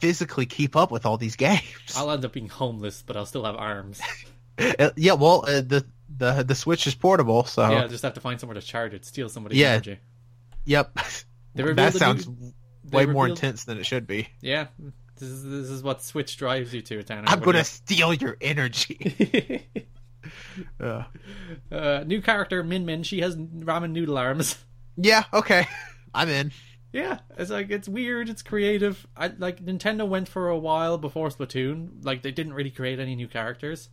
[SPEAKER 2] physically keep up with all these games.
[SPEAKER 1] I'll end up being homeless, but I'll still have arms.
[SPEAKER 2] (laughs) Uh, yeah, well, uh, the the the Switch is portable, so
[SPEAKER 1] Yeah, I'll just have to find somewhere to charge it, steal somebody's
[SPEAKER 2] Uh-huh. Yeah.
[SPEAKER 1] energy.
[SPEAKER 2] yep.
[SPEAKER 1] (laughs) They revealed
[SPEAKER 2] that
[SPEAKER 1] the
[SPEAKER 2] sounds
[SPEAKER 1] new- they
[SPEAKER 2] way more
[SPEAKER 1] revealed-
[SPEAKER 2] intense than it should be.
[SPEAKER 1] Yeah, this is, this is what Switch drives you to, Tanner.
[SPEAKER 2] I'm
[SPEAKER 1] What do
[SPEAKER 2] gonna steal your
[SPEAKER 1] (laughs)
[SPEAKER 2] energy.
[SPEAKER 1] you-
[SPEAKER 2] Uh,
[SPEAKER 1] (laughs) uh, new character Min Min. She has ramen noodle arms. (laughs)
[SPEAKER 2] yeah, okay, I'm in.
[SPEAKER 1] Yeah, it's like it's weird. It's creative. I like Nintendo went for a while before Splatoon. Like they didn't really create any new characters.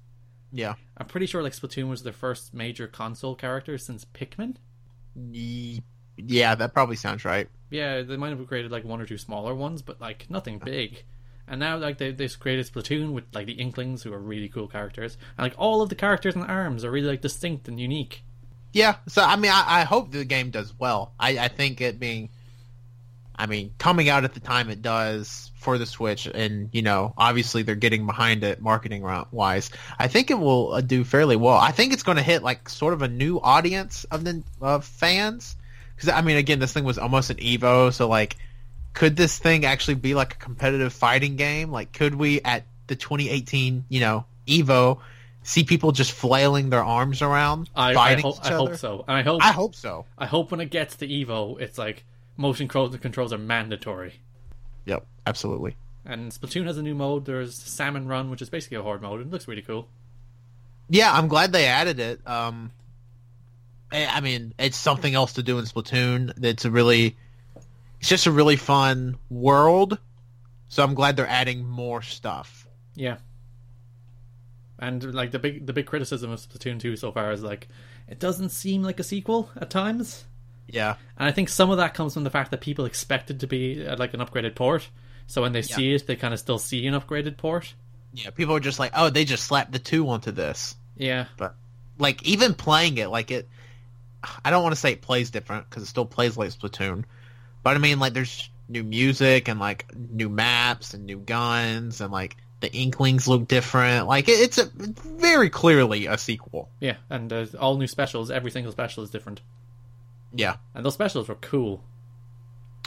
[SPEAKER 2] Yeah,
[SPEAKER 1] I'm pretty sure like Splatoon was their first major console character since Pikmin.
[SPEAKER 2] Ye- yeah, that probably sounds right.
[SPEAKER 1] Yeah, they might have created like one or two smaller ones, but like nothing big. And now like they they've created Splatoon with like the Inklings, who are really cool characters, and like all of the characters and arms are really like distinct and unique.
[SPEAKER 2] Yeah, so I mean, I, I hope the game does well. I, I think it being, I mean, coming out at the time it does for the Switch, and you know, obviously they're getting behind it marketing ro- wise. I think it will uh, do fairly well. I think it's going to hit like sort of a new audience of the of fans, because I mean, again, this thing was almost an Evo, so like, could this thing actually be like a competitive fighting game? Like, could we at the 2018, you know, Evo? See people just flailing their arms around,
[SPEAKER 1] I I,
[SPEAKER 2] fighting
[SPEAKER 1] ho-
[SPEAKER 2] each
[SPEAKER 1] I
[SPEAKER 2] other.
[SPEAKER 1] hope so, and I hope
[SPEAKER 2] I
[SPEAKER 1] I,
[SPEAKER 2] hope so.
[SPEAKER 1] hope when it gets to Evo, it's like motion controls controls are mandatory.
[SPEAKER 2] Yep, absolutely.
[SPEAKER 1] And Splatoon has a new mode. There's Salmon Run, which is basically a horde mode, and it looks really cool.
[SPEAKER 2] Yeah, I'm glad they added it. Um, I I mean, it's something else to do in Splatoon. It's a really, it's just a really fun world. So I'm glad they're adding more stuff.
[SPEAKER 1] Yeah. And like the big the big criticism of Splatoon 2 so far is like it doesn't seem like a sequel at times.
[SPEAKER 2] Yeah,
[SPEAKER 1] And I think some of that comes from the fact that people expect it to be uh, like an upgraded port. So when they see it, they kind of still see an upgraded port.
[SPEAKER 2] yeah. People are just like, oh, they just slapped the two onto this.
[SPEAKER 1] Yeah.
[SPEAKER 2] But like, even playing it, like it, I don't want to say it plays different because it still plays like Splatoon. But I mean, like, there's new music and like new maps and new guns and like the Inklings look different. Like, it, it's a it's very clearly a sequel.
[SPEAKER 1] Yeah. And uh, all new specials, every single special is different.
[SPEAKER 2] Yeah,
[SPEAKER 1] And those specials were cool.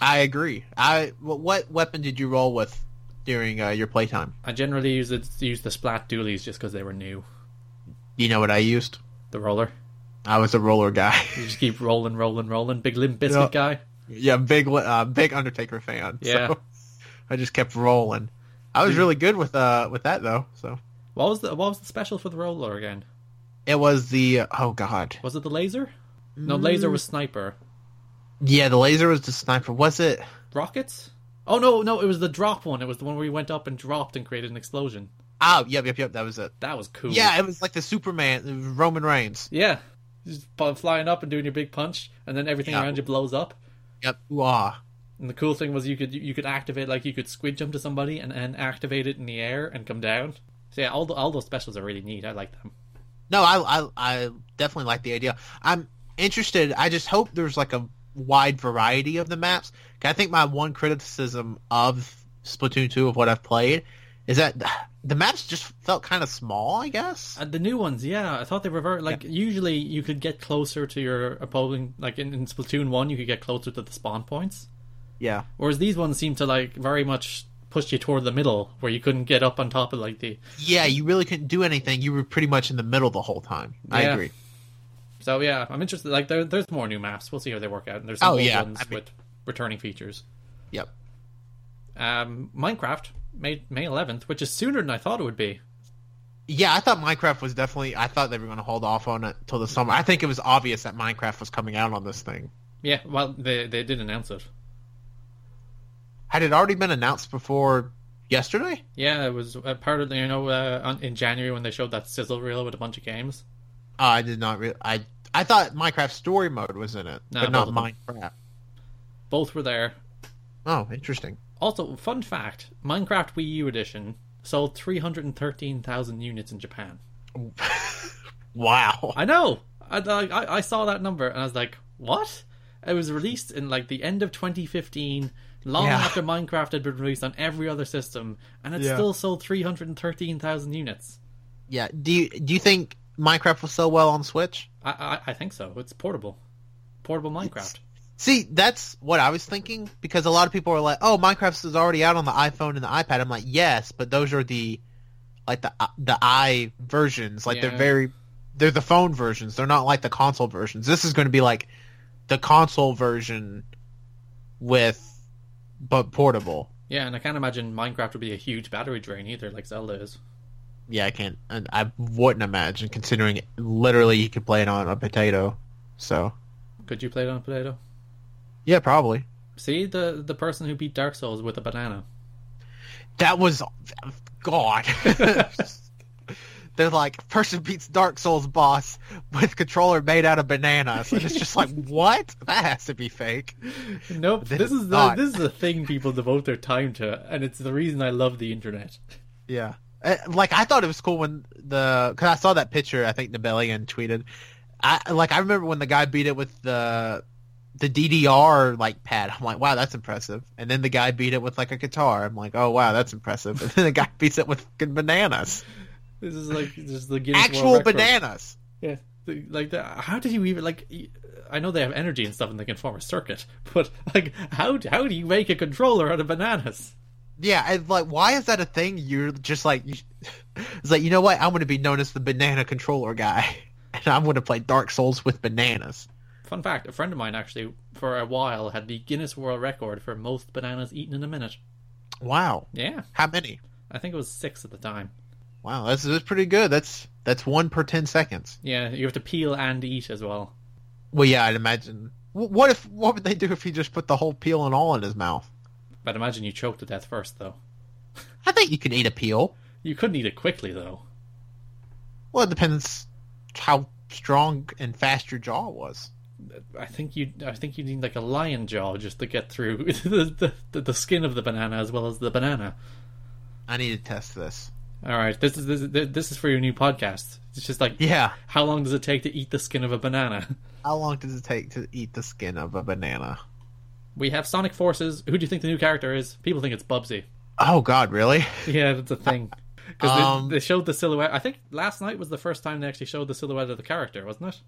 [SPEAKER 2] I agree. I wh- what weapon did you roll with during uh, your playtime?
[SPEAKER 1] I generally use the, use the Splat Dualies just because they were new.
[SPEAKER 2] You know what I used?
[SPEAKER 1] The roller.
[SPEAKER 2] I was a roller guy. (laughs)
[SPEAKER 1] You just keep rolling, rolling, rolling. Big Limp Biscuit
[SPEAKER 2] Yeah.
[SPEAKER 1] guy.
[SPEAKER 2] yeah, big uh, big Undertaker fan.
[SPEAKER 1] Yeah.
[SPEAKER 2] so (laughs) I just kept rolling. I was really good with uh with that though. So.
[SPEAKER 1] What was the what was the special for the roller again?
[SPEAKER 2] It was the oh god.
[SPEAKER 1] Was it the laser? No, laser
[SPEAKER 2] Mm.
[SPEAKER 1] was sniper.
[SPEAKER 2] Yeah, the laser was the sniper. Was it?
[SPEAKER 1] Rockets? Oh no, no, it was the drop one. It was the one where you went up and dropped and created an explosion.
[SPEAKER 2] Oh, yep, yep, yep. That was it.
[SPEAKER 1] That was cool.
[SPEAKER 2] Yeah, it was like the Superman, it was Roman Reigns.
[SPEAKER 1] Yeah. Just pu- flying up and doing your big punch, and then everything
[SPEAKER 2] Yeah.
[SPEAKER 1] around you blows up.
[SPEAKER 2] Yep. Wow.
[SPEAKER 1] And the cool thing was you could you could activate like you could squid jump to somebody and, and activate it in the air and come down. So yeah, all the, all those specials are really neat. I like them.
[SPEAKER 2] No, I, I I definitely like the idea. I'm interested. I just hope there's like a wide variety of the maps. 'Cause I think my one criticism of Splatoon 2 of what I've played is that (sighs) the maps just felt kind of small, I guess.
[SPEAKER 1] And Uh, the new ones, yeah, I thought they were very like usually you could get closer to your opponent. Like in, in Splatoon one, you could get closer to the spawn points,
[SPEAKER 2] Yeah.
[SPEAKER 1] whereas these ones seem to like very much push you toward the middle where you couldn't get up on top of like the.
[SPEAKER 2] Yeah, you really couldn't do anything. You were pretty much in the middle the whole time. I
[SPEAKER 1] Yeah.
[SPEAKER 2] agree.
[SPEAKER 1] So yeah, I'm interested. Like there, there's more new maps. We'll see how they work out. And there's some
[SPEAKER 2] Oh,
[SPEAKER 1] old
[SPEAKER 2] yeah,
[SPEAKER 1] ones
[SPEAKER 2] I mean-
[SPEAKER 1] with returning features.
[SPEAKER 2] Yep.
[SPEAKER 1] Um, Minecraft May May 11th, which is sooner than I thought it would be.
[SPEAKER 2] Yeah, I thought Minecraft was definitely. I thought they were going to hold off on it till the summer. I think it was obvious that Minecraft was coming out on this thing.
[SPEAKER 1] Yeah, well, they they did announce it.
[SPEAKER 2] Had it already been announced before yesterday?
[SPEAKER 1] Yeah, it was uh, part of the, you know uh, on, in January when they showed that sizzle reel with a bunch of games.
[SPEAKER 2] Uh, I did not. Re- I I thought Minecraft Story Mode was in it,
[SPEAKER 1] No,
[SPEAKER 2] but not
[SPEAKER 1] both
[SPEAKER 2] Minecraft.
[SPEAKER 1] Both were there.
[SPEAKER 2] Oh, interesting.
[SPEAKER 1] Also, fun fact: Minecraft Wii U edition sold 313,000 units in Japan.
[SPEAKER 2] Wow.
[SPEAKER 1] I know. I, I I saw that number and I was like, what? It was released in like the end of 2015, long
[SPEAKER 2] Yeah.
[SPEAKER 1] after Minecraft had been released on every other system, and it
[SPEAKER 2] Yeah.
[SPEAKER 1] still sold 313,000 units.
[SPEAKER 2] Yeah. Do you do you think Minecraft will sell well on Switch?
[SPEAKER 1] I, I I think so. It's portable, portable Minecraft.
[SPEAKER 2] See, that's what I was thinking because a lot of people are like, "Oh, Minecraft is already out on the iPhone and the iPad." I'm like, "Yes, but those are the like the uh, the i versions. Like
[SPEAKER 1] Yeah.
[SPEAKER 2] they're very they're the phone versions. They're not like the console versions. This is going to be like the console version with but portable.
[SPEAKER 1] Yeah, and I can't imagine Minecraft would be a huge battery drain either, like Zelda is.
[SPEAKER 2] Yeah, I can't. And I wouldn't imagine considering literally you could play it on a potato. So,
[SPEAKER 1] Could you play it on a potato?
[SPEAKER 2] yeah, probably.
[SPEAKER 1] See the the person who beat Dark Souls with a banana.
[SPEAKER 2] That was God. They're like person beats Dark Souls boss with controller made out of bananas, and it's just like what? That has to be fake.
[SPEAKER 1] Nope.
[SPEAKER 2] This
[SPEAKER 1] This
[SPEAKER 2] is
[SPEAKER 1] is the,
[SPEAKER 2] not.
[SPEAKER 1] this is the thing people devote their time to, and it's the reason I love the internet. (laughs)
[SPEAKER 2] Yeah, Uh, like I thought it was cool when the because I saw that picture. I think Nebelian tweeted. I like I remember when the guy beat it with the the DDR like pad. I'm like, wow, that's impressive. And then the guy beat it with like a guitar. I'm like, oh wow, that's impressive. And then the guy (laughs) beats it with bananas,
[SPEAKER 1] This is like this is the Guinness World
[SPEAKER 2] actual
[SPEAKER 1] Record.
[SPEAKER 2] bananas.
[SPEAKER 1] Yeah. The- Like the, how did you even like? y- I know they have energy and stuff, and they can form a circuit, (laughs) but like how how do you make a controller out of bananas?
[SPEAKER 2] Yeah, and like, why is that a thing? You're just like, you, (laughs) it's like, you know what? I'm going to be known as the banana controller guy, (laughs) and I'm going to play Dark Souls with bananas.
[SPEAKER 1] Fun fact: a friend of mine actually, for a while, had the Guinness World Record for most bananas eaten in a minute.
[SPEAKER 2] Wow,
[SPEAKER 1] Yeah,
[SPEAKER 2] how many?
[SPEAKER 1] I think it was six at the time.
[SPEAKER 2] Wow, that's, that's pretty good. That's that's one per ten seconds.
[SPEAKER 1] Yeah, you have to peel and eat as well.
[SPEAKER 2] Well, yeah, I'd imagine. Wh- What if? What would they do if he just put the whole peel and all in his mouth?
[SPEAKER 1] But imagine you choke to death first, though.
[SPEAKER 2] I think you can eat a peel.
[SPEAKER 1] You couldn't eat it quickly, though.
[SPEAKER 2] Well, it depends how strong and fast your jaw was.
[SPEAKER 1] I think you, I think you need like a lion jaw just to get through (laughs) the, the the skin of the banana as well as the banana.
[SPEAKER 2] I need to test this.
[SPEAKER 1] All right, this is this is, this is for your new podcast. It's just like,
[SPEAKER 2] Yeah.
[SPEAKER 1] how long does it take to eat the skin of a banana? (laughs)
[SPEAKER 2] How long does it take to eat the skin of a banana?
[SPEAKER 1] We have Sonic Forces. Who do you think the new character is? People think it's Bubsy. (laughs)
[SPEAKER 2] Oh God, really?
[SPEAKER 1] Yeah, that's a thing. Because
[SPEAKER 2] Um,
[SPEAKER 1] they, showed the silhouette. I think last night was the first time they actually showed the silhouette of the character, wasn't it?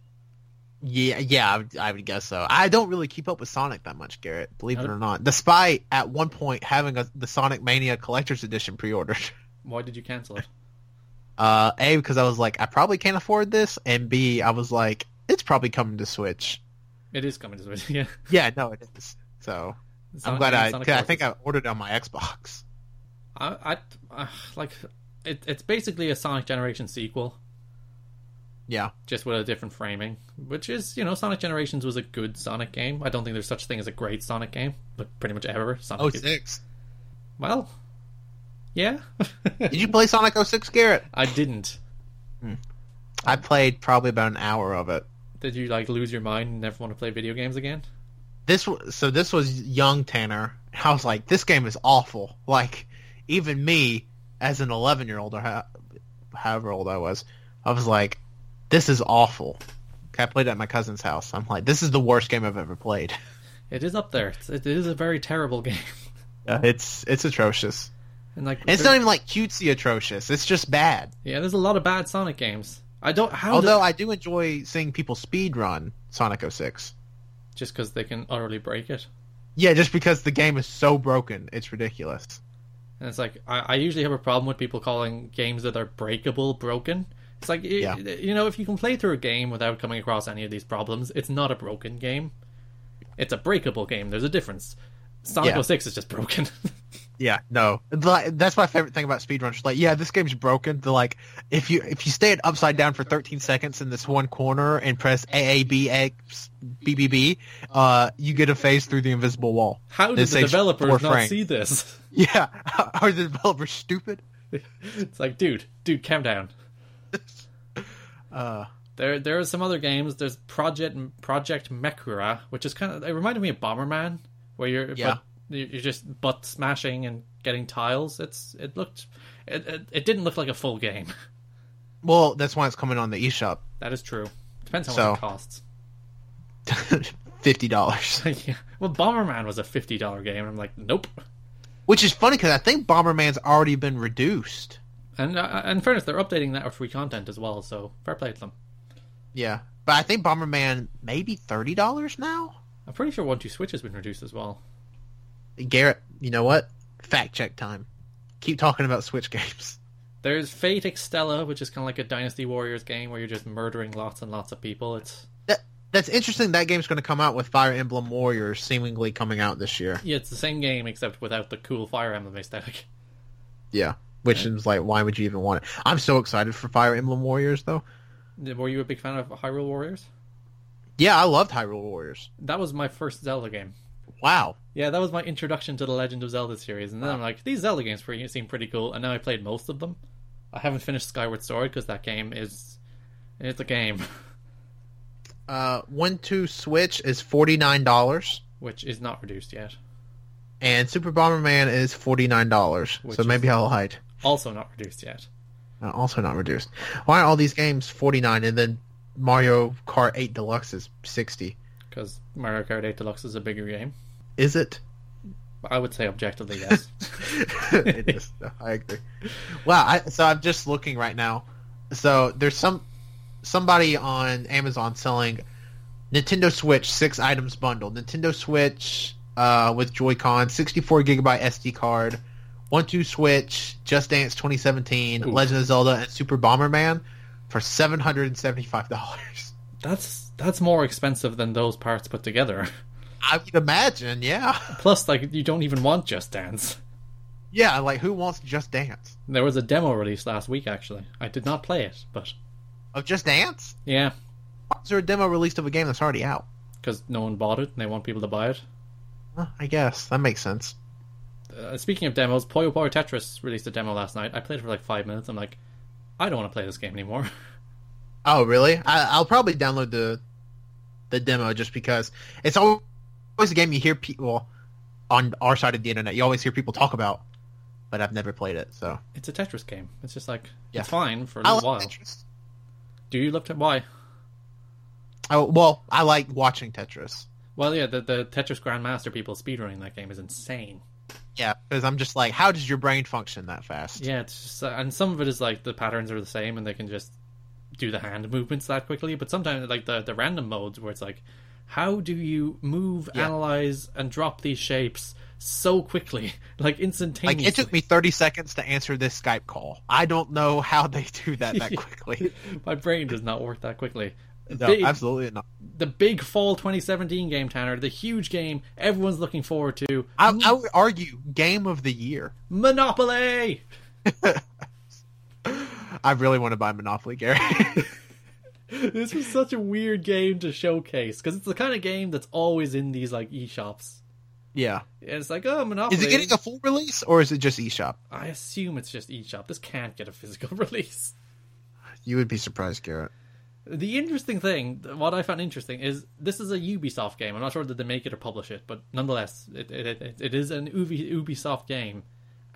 [SPEAKER 2] Yeah, yeah, I would, I would guess so. I don't really keep up with Sonic that much, Garrett. Believe it
[SPEAKER 1] Nope.
[SPEAKER 2] or not, despite at one point having a, the Sonic Mania Collector's Edition pre-ordered. (laughs)
[SPEAKER 1] Why did you cancel it?
[SPEAKER 2] Uh, a because I was like, I probably can't afford this, and B I was like, it's probably coming to Switch.
[SPEAKER 1] It is coming to Switch. (laughs) Yeah,
[SPEAKER 2] Yeah, no, it is. So I'm
[SPEAKER 1] Sonic-
[SPEAKER 2] glad (laughs) I.
[SPEAKER 1] Sonic
[SPEAKER 2] 'cause I think
[SPEAKER 1] Forces.
[SPEAKER 2] I ordered it on my Xbox.
[SPEAKER 1] I, I, uh, like it, it's basically a Sonic Generation sequel,
[SPEAKER 2] Yeah,
[SPEAKER 1] just with a different framing. Which is, you know, Sonic Generations was a good Sonic game. I don't think there's Oh, such a thing as a great Sonic game, but pretty much ever Sonic.
[SPEAKER 2] oh
[SPEAKER 1] is-
[SPEAKER 2] six.
[SPEAKER 1] Well, Yeah, (laughs)
[SPEAKER 2] Did you play Sonic 06, Garrett?
[SPEAKER 1] I didn't.
[SPEAKER 2] I played probably about an hour of it.
[SPEAKER 1] Did you like lose your mind and never want to play video games again?
[SPEAKER 2] This w- so this was young Tanner. I was like, this game is awful. Like, even me as an 11 year old or ho- however old I was, I was like, this is awful. 'Kay, I played it at my cousin's house. I'm like, this is the worst game I've ever played. (laughs)
[SPEAKER 1] It is up there. It's, it is a very terrible (laughs) game.
[SPEAKER 2] Uh, It's it's atrocious.
[SPEAKER 1] And like,
[SPEAKER 2] And it's
[SPEAKER 1] there-
[SPEAKER 2] not even like cutesy atrocious. It's just bad.
[SPEAKER 1] yeah, there's a lot of bad Sonic games. I don't. How
[SPEAKER 2] Although
[SPEAKER 1] do,
[SPEAKER 2] I do enjoy seeing people speed run Sonic 06.
[SPEAKER 1] just because they can utterly break it.
[SPEAKER 2] Yeah, just because the game is so broken, it's ridiculous.
[SPEAKER 1] And it's like I, I usually have a problem with people calling games that are breakable broken. It's like you-
[SPEAKER 2] Yeah.
[SPEAKER 1] you know, if you can play through a game without coming across any of these problems, it's not a broken game. It's a breakable game. There's a difference. Sonic
[SPEAKER 2] Yeah.
[SPEAKER 1] 06 is just broken. (laughs)
[SPEAKER 2] Yeah, no, Like, that's my favorite thing about speedrunners. Like, yeah, this game's broken. They're like, if you if you stay it upside down for 13 seconds in this one corner and press AABX BBB, uh, you get a phase through the invisible wall. (laughs)
[SPEAKER 1] How did
[SPEAKER 2] This
[SPEAKER 1] the
[SPEAKER 2] takes four
[SPEAKER 1] developers not
[SPEAKER 2] frames.
[SPEAKER 1] see this?
[SPEAKER 2] Yeah, (laughs) are the developers stupid?
[SPEAKER 1] It's like, dude, dude, calm down.
[SPEAKER 2] (laughs) Uh,
[SPEAKER 1] There, there are some other games. There's Project Project Mekura, which is kind of it reminded me of Bomberman, where you're
[SPEAKER 2] Yeah.
[SPEAKER 1] but you're you're just butt smashing and getting tiles. It's it looked it, it, it didn't look like a full game. (laughs)
[SPEAKER 2] well, that's why it's coming on the eShop, (laughs)
[SPEAKER 1] That is true. Depends how
[SPEAKER 2] So.
[SPEAKER 1] much it costs. (laughs)
[SPEAKER 2] fifty dollars.
[SPEAKER 1] yeah. Well, Bomberman was a fifty dollar game. and I'm like, nope.
[SPEAKER 2] Which is funny because I think Bomberman's already been reduced.
[SPEAKER 1] And uh, in fairness, they're updating that with free content as well. So fair play to them.
[SPEAKER 2] Yeah, but I think Bomberman maybe thirty dollars now.
[SPEAKER 1] I'm pretty sure One Two Switch has been reduced as well.
[SPEAKER 2] Garrett, you know what? Fact check time. Keep talking about Switch games.
[SPEAKER 1] There's Fate Extella, which is kind of like a Dynasty Warriors game where you're just murdering lots and lots of people. It's
[SPEAKER 2] That that's interesting. That game's going to come out with Fire Emblem Warriors seemingly coming out this year.
[SPEAKER 1] yeah, it's the same game except without the cool Fire Emblem aesthetic. (laughs)
[SPEAKER 2] Yeah, which is like, why would you even want it? I'm so excited for Fire Emblem Warriors though.
[SPEAKER 1] Were you a big fan of Hyrule Warriors?
[SPEAKER 2] Yeah, I loved Hyrule Warriors.
[SPEAKER 1] That was my first Zelda game.
[SPEAKER 2] Wow.
[SPEAKER 1] Yeah, that was my introduction to the Legend of Zelda series, and then I'm like, these Zelda games pretty, seem pretty cool, and now I played most of them. I haven't finished Skyward Sword because that game is it's a game, (laughs)
[SPEAKER 2] Uh, one two Switch is forty nine dollars,
[SPEAKER 1] which is not reduced yet.
[SPEAKER 2] and Super Bomberman is forty nine dollars.
[SPEAKER 1] Which
[SPEAKER 2] So
[SPEAKER 1] is-
[SPEAKER 2] maybe I'll hide.
[SPEAKER 1] Also not reduced yet.
[SPEAKER 2] Uh, also not reduced. Why are all these games forty nine and then Mario Kart Eight Deluxe is sixty?
[SPEAKER 1] Because Mario Kart 8 Deluxe is a bigger game.
[SPEAKER 2] Is it?
[SPEAKER 1] I would say objectively, yes.
[SPEAKER 2] (laughs) it is. No, I agree. Wow. I, so I'm just looking right now. So there's some somebody on Amazon selling Nintendo Switch six items bundle. Nintendo Switch uh, with Joy-Con, 64 gigabyte SD card, One Two Switch, Just Dance 2017,
[SPEAKER 1] Ooh.
[SPEAKER 2] Legend of Zelda, and Super Bomberman for seven hundred and seventy-five dollars. (laughs)
[SPEAKER 1] that's that's more expensive than those parts put together. (laughs)
[SPEAKER 2] I would imagine, yeah, (laughs)
[SPEAKER 1] Plus, like you don't even want Just Dance.
[SPEAKER 2] yeah. Like, who wants Just Dance?
[SPEAKER 1] There was a demo release last week. Actually, I did not play it, but
[SPEAKER 2] Of Just Dance?
[SPEAKER 1] yeah,
[SPEAKER 2] Why is there a demo released of a game that's already out?
[SPEAKER 1] because no one bought it, and they want people to buy it.
[SPEAKER 2] Huh, I guess that makes sense.
[SPEAKER 1] Uh, speaking of demos, Puyo Puyo Tetris released a demo last night. I played it for like five minutes. I'm like, I don't want to play this game anymore. (laughs)
[SPEAKER 2] Oh, really? I, I'll probably download the the demo just because it's al- always a game you hear people on our side of the internet. You always hear people talk about, but I've never played it. So
[SPEAKER 1] It's a Tetris game. It's just like
[SPEAKER 2] Yeah.
[SPEAKER 1] it's fine for a
[SPEAKER 2] I
[SPEAKER 1] little
[SPEAKER 2] like
[SPEAKER 1] while.
[SPEAKER 2] Tetris.
[SPEAKER 1] Do you love Tetris? Why?
[SPEAKER 2] Oh, well, I like watching Tetris.
[SPEAKER 1] Well, yeah, the, the Tetris Grandmaster people speedrunning that game is insane.
[SPEAKER 2] Yeah, because I'm just like, how does your brain function that fast?
[SPEAKER 1] Yeah, it's just, uh, and some of it is like the patterns are the same, and they can just do the hand movements that quickly. But sometimes, like the the random modes, where it's like, how do you move,
[SPEAKER 2] Yeah.
[SPEAKER 1] analyze, and drop these shapes so quickly, (laughs) like
[SPEAKER 2] Like
[SPEAKER 1] instantaneously?
[SPEAKER 2] it took me 30 seconds to answer this Skype call. I don't know how they (laughs) do that that
[SPEAKER 1] Yeah.
[SPEAKER 2] quickly.
[SPEAKER 1] My brain does not work that quickly.
[SPEAKER 2] No,
[SPEAKER 1] Big-
[SPEAKER 2] absolutely not.
[SPEAKER 1] The big fall 2017 game, Tanner, the huge game everyone's looking forward to.
[SPEAKER 2] I, I would argue game of the year.
[SPEAKER 1] Monopoly. (laughs)
[SPEAKER 2] I really want to buy Monopoly, Gary. (laughs)
[SPEAKER 1] this was such a weird game to showcase because it's the kind of game that's always in these like e shops.
[SPEAKER 2] Yeah.
[SPEAKER 1] It's like, oh, Monopoly.
[SPEAKER 2] Is it getting a full release or is it just eShop?
[SPEAKER 1] I assume it's just eShop. This can't get a physical (laughs) release.
[SPEAKER 2] You would be surprised, Garrett.
[SPEAKER 1] The interesting thing, what I found interesting, is this is a Ubisoft game. I'm not sure did they make it or publish it, but nonetheless, it it, it, it is an Ubi, Ubisoft game,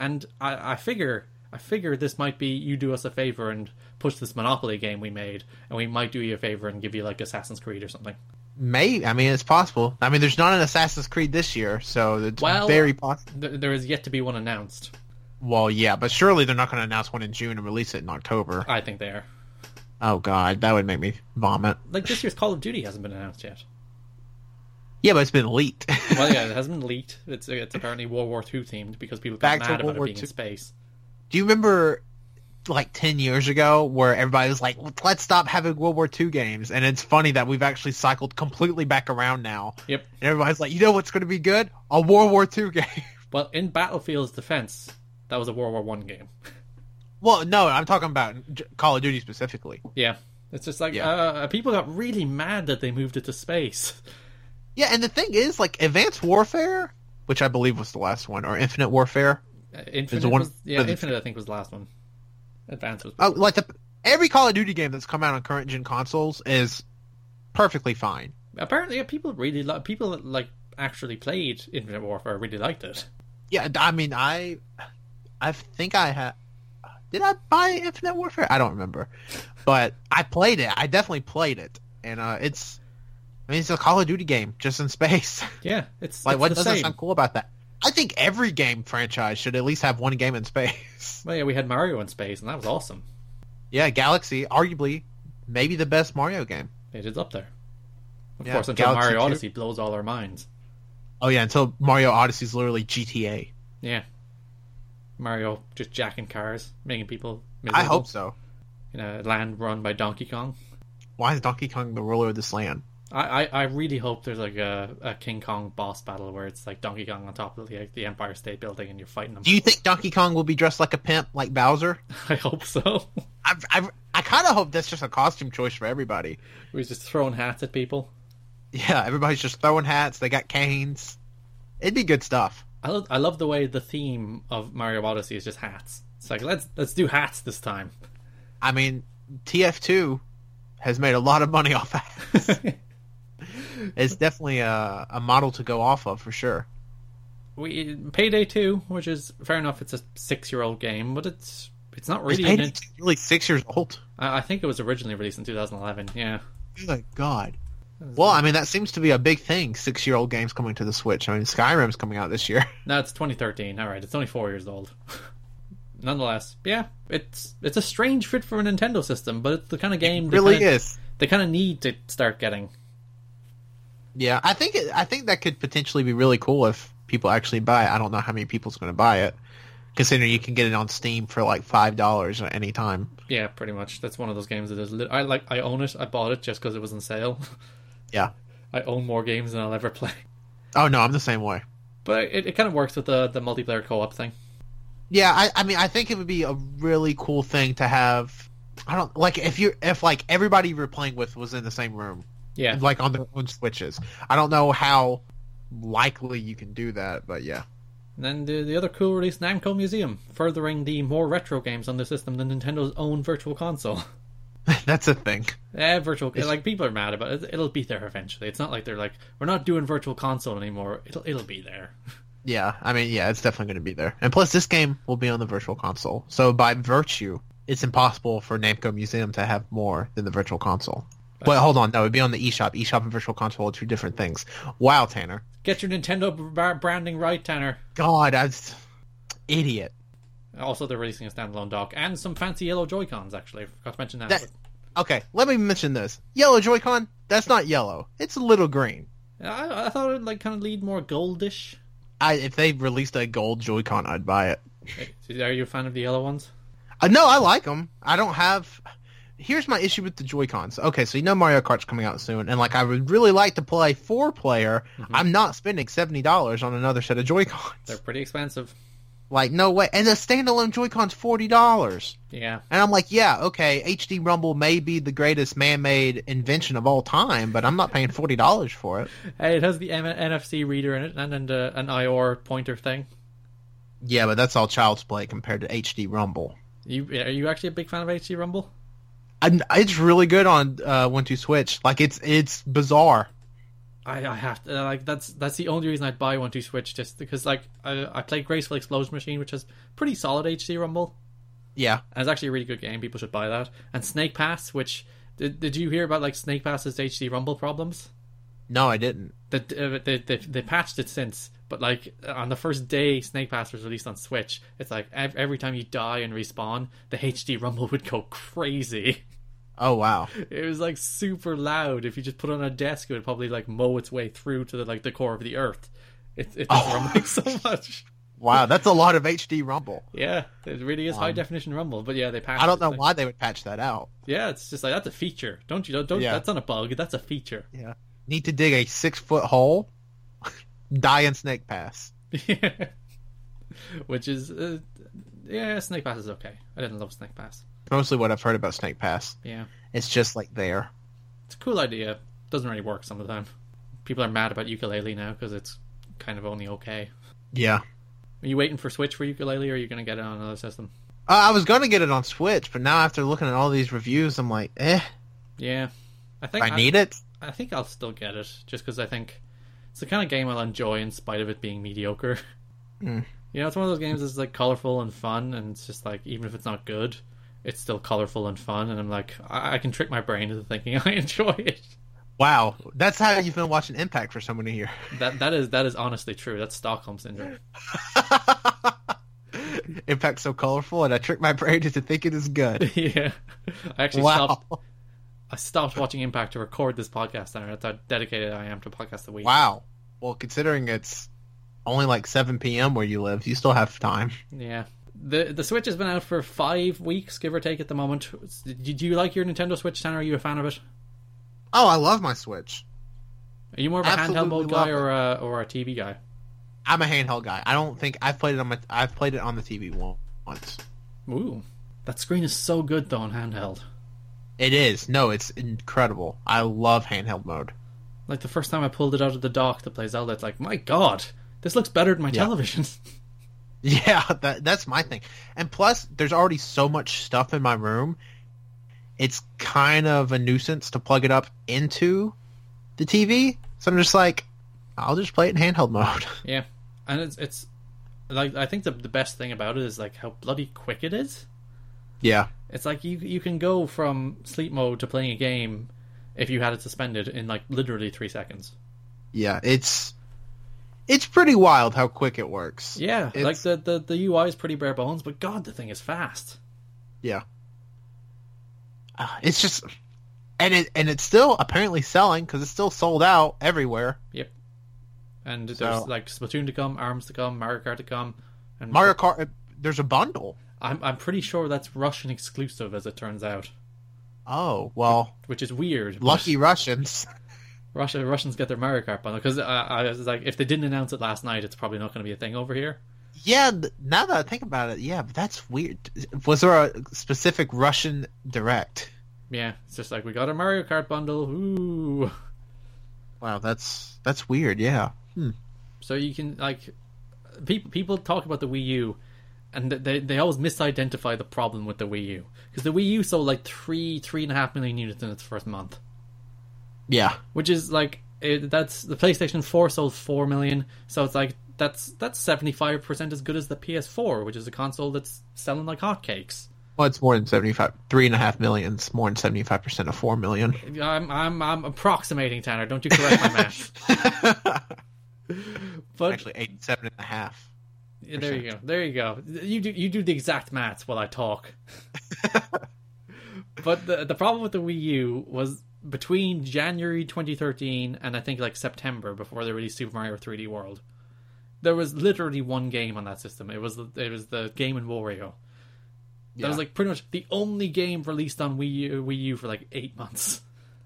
[SPEAKER 1] and I, I figure I figure this might be you do us a favor and push this Monopoly game we made, and we might do you a favor and give you like Assassin's Creed or something.
[SPEAKER 2] Maybe. I mean, it's possible. I mean, there's not an Assassin's Creed this year, so it's
[SPEAKER 1] Well-
[SPEAKER 2] very possible.
[SPEAKER 1] Th- there is yet to be one announced.
[SPEAKER 2] Well, yeah, but surely they're not going to announce one in June and release it in October.
[SPEAKER 1] I think they are.
[SPEAKER 2] Oh God, that would make me vomit.
[SPEAKER 1] Like this year's Call of Duty hasn't been announced yet.
[SPEAKER 2] Yeah, but it's been leaked. (laughs)
[SPEAKER 1] Well, yeah, it hasn't been leaked. It's it's apparently World War II themed because people got
[SPEAKER 2] Back to
[SPEAKER 1] mad about
[SPEAKER 2] World
[SPEAKER 1] it
[SPEAKER 2] War
[SPEAKER 1] being in
[SPEAKER 2] II.
[SPEAKER 1] space.
[SPEAKER 2] Do you remember like 10 years ago where everybody was like, let's stop having World War II games? And it's funny that we've actually cycled completely back around now.
[SPEAKER 1] Yep.
[SPEAKER 2] And everybody's like, you know what's going to be good? A World War II (laughs) game.
[SPEAKER 1] Well, in Battlefield's defense, that was a World War One game.
[SPEAKER 2] well, no, I'm talking about J- Call of Duty specifically.
[SPEAKER 1] Yeah, it's just like
[SPEAKER 2] Yeah.
[SPEAKER 1] uh, people got really mad that they moved it to space.
[SPEAKER 2] Yeah, and the thing is, like, Advanced Warfare, which I believe was the last one, or Infinite Warfare,
[SPEAKER 1] Uh, Infinite,
[SPEAKER 2] the one-
[SPEAKER 1] was, yeah,
[SPEAKER 2] with the-
[SPEAKER 1] Infinite I think was the last one. Advance was
[SPEAKER 2] uh, like the, every Call of Duty game that's come out on current gen consoles is perfectly fine.
[SPEAKER 1] apparently yeah, people really li- people that, like actually played Infinite Warfare really liked it.
[SPEAKER 2] Yeah, I mean, I, I think I had. Did I buy Infinite Warfare? I don't remember, but I played it. I definitely played it, and uh, it's. I mean, it's a Call of Duty game just in space. (laughs)
[SPEAKER 1] Yeah, it's
[SPEAKER 2] like,
[SPEAKER 1] it's
[SPEAKER 2] what
[SPEAKER 1] the
[SPEAKER 2] doesn't
[SPEAKER 1] same.
[SPEAKER 2] sound cool about that? I think every game franchise should at least have one game in space. (laughs)
[SPEAKER 1] Well, yeah, we had Mario in space, and that was awesome.
[SPEAKER 2] yeah, Galaxy, arguably, maybe the best Mario game.
[SPEAKER 1] It is up there. Of
[SPEAKER 2] Yeah,
[SPEAKER 1] course, until
[SPEAKER 2] Galaxy
[SPEAKER 1] Mario
[SPEAKER 2] 2.
[SPEAKER 1] Odyssey blows all our minds.
[SPEAKER 2] Oh yeah, until Mario Odyssey is literally GTA.
[SPEAKER 1] Yeah, Mario just jacking cars, making people.
[SPEAKER 2] I
[SPEAKER 1] Miserable
[SPEAKER 2] hope so.
[SPEAKER 1] In a land run by Donkey Kong.
[SPEAKER 2] Why is Donkey Kong the ruler of this land?
[SPEAKER 1] I, I, I really hope there's like a, a King Kong boss battle where it's like Donkey Kong on top of the, like, the Empire State Building and you're fighting them.
[SPEAKER 2] Do you think Donkey Kong will be dressed like a pimp, like Bowser?
[SPEAKER 1] (laughs) I hope so. (laughs)
[SPEAKER 2] I've, I've, I kind of hope that's just a costume choice for everybody.
[SPEAKER 1] We're just throwing hats at people.
[SPEAKER 2] Yeah, everybody's just throwing hats. They got canes. It'd be good stuff.
[SPEAKER 1] I love, I love the way the theme of Mario Odyssey is just hats. It's like let's let's do hats this
[SPEAKER 2] (laughs)
[SPEAKER 1] time.
[SPEAKER 2] I mean, TF2 has made a lot of money (laughs) off hats. it's definitely a, a model to go off of for sure.
[SPEAKER 1] We Payday Two, which is fair enough. It's a six year old game, but it's it's not
[SPEAKER 2] Is
[SPEAKER 1] really.
[SPEAKER 2] Payday
[SPEAKER 1] An,
[SPEAKER 2] 2 really six years old?
[SPEAKER 1] I, I think it was originally released in 2011. Yeah,
[SPEAKER 2] Good God. Well, I mean, that seems to be a big thing. Six year old games coming to the Switch. I mean, Skyrim's coming out this year. (laughs)
[SPEAKER 1] no, it's 2013. All right, it's only four years old. (laughs) Nonetheless, yeah, it's it's a strange fit for a Nintendo system, but it's the kind of game they
[SPEAKER 2] really
[SPEAKER 1] kinda-
[SPEAKER 2] is.
[SPEAKER 1] they kind of need to start getting.
[SPEAKER 2] Yeah, I think it, I think that could potentially be really cool if people actually buy it. I don't know how many people's going to buy it, considering you can get it on Steam for like five dollars at any time.
[SPEAKER 1] Yeah, pretty much. That's one of those games that is. Li- I like. I own it. I bought it just because it was on sale. (laughs)
[SPEAKER 2] Yeah.
[SPEAKER 1] I own more games than I'll ever play. (laughs)
[SPEAKER 2] Oh no, I'm the same way.
[SPEAKER 1] But it, it kind of works with the the multiplayer co op thing.
[SPEAKER 2] Yeah, I, I mean, I think it would be a really cool thing to have. I don't like if you if like everybody you were playing with was in the same room,
[SPEAKER 1] Yeah,
[SPEAKER 2] like on their own switches. I don't know how likely you can do that, but yeah. (laughs)
[SPEAKER 1] And then the, the other cool release, Namco Museum, furthering the more retro games on the system than Nintendo's own Virtual Console. (laughs)
[SPEAKER 2] That's a thing.
[SPEAKER 1] eh, virtual like people are mad about it. It'll be there eventually. It's not like they're like we're not doing Virtual Console anymore. It'll it'll be there.
[SPEAKER 2] Yeah, I mean, yeah, it's definitely going to be there. And plus, this game will be on the Virtual Console, so by virtue, it's impossible for Namco Museum to have more than the Virtual Console. But hold on, no, it'd be on the eShop. eShop and Virtual Console are two different things. Wow, Tanner,
[SPEAKER 1] Get your Nintendo bra- branding right, Tanner.
[SPEAKER 2] God, I was idiot.
[SPEAKER 1] Also, they're releasing a standalone dock and some fancy yellow Joy Cons. Actually, I forgot to mention that.
[SPEAKER 2] That- Okay, let me mention this. Yellow Joy-Con, that's not yellow. It's a little green.
[SPEAKER 1] I, I thought it'd like kind of lead more goldish.
[SPEAKER 2] I, if they released a gold Joy-Con, I'd buy it.
[SPEAKER 1] Are you a fan of the yellow ones?
[SPEAKER 2] Uh, no, I like them. I don't have. Here's my issue with the Joy Cons. Okay, so you know Mario Kart's coming out soon, and like I would really like to play four player. I'm not spending seventy dollars on another set of Joy
[SPEAKER 1] They're
[SPEAKER 2] Cons.
[SPEAKER 1] pretty expensive.
[SPEAKER 2] Like no way. And the standalone Joy-Con's forty dollars.
[SPEAKER 1] Yeah.
[SPEAKER 2] And I'm like, yeah, okay, HD Rumble may be the greatest man-made invention of all time, but I'm not paying forty dollars for it.
[SPEAKER 1] Hey, it has the M- NFC reader in it and, and uh, an IR pointer thing.
[SPEAKER 2] Yeah, but that's all child's play compared to HD Rumble.
[SPEAKER 1] You are you actually a big fan of HD Rumble?
[SPEAKER 2] And it's really good on uh, One Two Switch. Like it's it's bizarre.
[SPEAKER 1] I, I have to like that's that's the only reason I'd buy one to Switch just because like I I play Graceful Explosion Machine which has pretty solid HD Rumble
[SPEAKER 2] Yeah,
[SPEAKER 1] and it's actually a really good game people should buy that and Snake Pass which did, did you hear about like Snake Pass's HD Rumble problems
[SPEAKER 2] no, I didn't.
[SPEAKER 1] that uh, they, they they patched it since but like on the first day Snake Pass was released on Switch it's like ev- every time you die and respawn the HD Rumble (laughs) would go crazy
[SPEAKER 2] Oh wow,
[SPEAKER 1] it was like super loud. If you just put it on a desk, it would probably like mow its way through to the like the core of the earth. It it just
[SPEAKER 2] Oh.
[SPEAKER 1] rumbles so much.
[SPEAKER 2] wow, that's a lot of HD Rumble.
[SPEAKER 1] Yeah, it really is high definition rumble. But yeah, they patched.
[SPEAKER 2] Um, I
[SPEAKER 1] it.
[SPEAKER 2] don't know
[SPEAKER 1] Like,
[SPEAKER 2] why they would patch that out.
[SPEAKER 1] Yeah, it's just like that's a feature. Don't you? Don't. don't
[SPEAKER 2] Yeah.
[SPEAKER 1] That's not a bug. That's a feature. (laughs)
[SPEAKER 2] Yeah, need to dig a six foot hole, (laughs) die in Snake Pass.
[SPEAKER 1] Which is, uh, yeah, Snake Pass is okay. I didn't love Snake Pass.
[SPEAKER 2] Mostly what I've heard about Snake Pass.
[SPEAKER 1] Yeah,
[SPEAKER 2] It's just like there.
[SPEAKER 1] it's a cool idea. Doesn't really work some of the time. People are mad about ukulele now because it's kind of only okay.
[SPEAKER 2] Yeah,
[SPEAKER 1] Are you waiting for Switch for ukulele, or are you going to get it on another system?
[SPEAKER 2] uh, I was gonna get it on Switch, but now after looking at all these reviews, I'm like, eh,
[SPEAKER 1] Yeah, I think
[SPEAKER 2] I need it.
[SPEAKER 1] I think I'll still get it just because I think it's the kind of game I'll enjoy in spite of it being mediocre. (laughs)
[SPEAKER 2] Mm.
[SPEAKER 1] You know, it's one of those games that's like colorful and fun, and it's just like even if it's not good, it's still colorful and fun. And I'm like, I, I can trick my brain into thinking (laughs) I enjoy it.
[SPEAKER 2] Wow, that's how you've been watching Impact for so many years.
[SPEAKER 1] That that is that is honestly true. That's Stockholm syndrome. (laughs)
[SPEAKER 2] (laughs) Impact's so colorful, and I tricked my brain into thinking
[SPEAKER 1] (laughs)
[SPEAKER 2] it's good.
[SPEAKER 1] yeah, I actually
[SPEAKER 2] Wow,
[SPEAKER 1] stopped. I stopped watching Impact to record this podcast, and that's how dedicated I am to podcast a week.
[SPEAKER 2] wow. Well, considering it's only like 7 p.m. where you live, you still have time.
[SPEAKER 1] Yeah. The the Switch has been out for five weeks, give or take, at the moment. Do do you like your Nintendo Switch, Tanner? Are you a fan of it?
[SPEAKER 2] Oh, I love my Switch.
[SPEAKER 1] Are you more of a handheld
[SPEAKER 2] Absolutely
[SPEAKER 1] mode
[SPEAKER 2] love
[SPEAKER 1] guy or a, or a TV guy?
[SPEAKER 2] I'm a handheld guy. I don't think I've played it on my. I've played it on the TV on- once.
[SPEAKER 1] Ooh, that screen is so good though on handheld.
[SPEAKER 2] It is no, it's incredible. I love handheld mode.
[SPEAKER 1] Like the first time I pulled it out of the dock to play Zelda, it's like, my god, this looks better than my
[SPEAKER 2] Yeah.
[SPEAKER 1] television. (laughs)
[SPEAKER 2] Yeah, (laughs) that that's my thing. And plus, there's already so much stuff in my room. It's kind of a nuisance to plug it up into the TV. So I'm just like, I'll just play it in handheld (laughs) mode.
[SPEAKER 1] yeah, and it's it's like I think the the best thing about it is like how bloody quick it is.
[SPEAKER 2] Yeah.
[SPEAKER 1] It's like you you can go from sleep mode to playing a game if you had it suspended in like literally three seconds.
[SPEAKER 2] Yeah, it's it's pretty wild how quick it works.
[SPEAKER 1] Yeah,
[SPEAKER 2] It's-
[SPEAKER 1] like the, the the UI is pretty bare bones, but God, the thing is fast.
[SPEAKER 2] Yeah. Uh, it's just and it and it's still apparently selling cuz it's still sold out everywhere.
[SPEAKER 1] And
[SPEAKER 2] So-
[SPEAKER 1] there's like Splatoon to come, Arms to come, Mario Kart to come, and
[SPEAKER 2] Mario Kart uh, there's a bundle.
[SPEAKER 1] I'm I'm pretty sure that's Russian exclusive, as it turns out,
[SPEAKER 2] Oh, well,
[SPEAKER 1] which is weird. but
[SPEAKER 2] lucky Russians. (laughs)
[SPEAKER 1] Russia Russians get their Mario Kart bundle because I, I was like, if they didn't announce it last night, it's probably not going to be a thing over here.
[SPEAKER 2] Yeah, th- now that I think about it, yeah, but that's weird. Was there a specific Russian direct?
[SPEAKER 1] Yeah, it's just like we got a Mario Kart bundle. Ooh,
[SPEAKER 2] Wow, that's that's weird. Yeah,
[SPEAKER 1] so you can like people people talk about the Wii U. And they they always misidentify the problem with the Wii U because the Wii U sold like three three and a half million units in its first month.
[SPEAKER 2] yeah,
[SPEAKER 1] which is like it, that's the PlayStation 4 sold 4 million, so it's like that's that's 75% as good as the PS4, which is a console that's selling like hotcakes.
[SPEAKER 2] well, it's more than seventy five, three and a half million. It's more than seventy five percent of four million.
[SPEAKER 1] I'm I'm I'm approximating Tanner, don't you correct my math. But
[SPEAKER 2] Actually, eighty-seven and a half.
[SPEAKER 1] Yeah, there you go. There you go. You do you do the exact maths while I talk. but the the problem with the Wii U was between January 2013 and I think like September before they released Super Mario 3D World. There was literally one game on that system. It was the, it was the Game and Wario. That
[SPEAKER 2] Yeah.
[SPEAKER 1] was like pretty much the only game released on Wii U, Wii U for like eight months.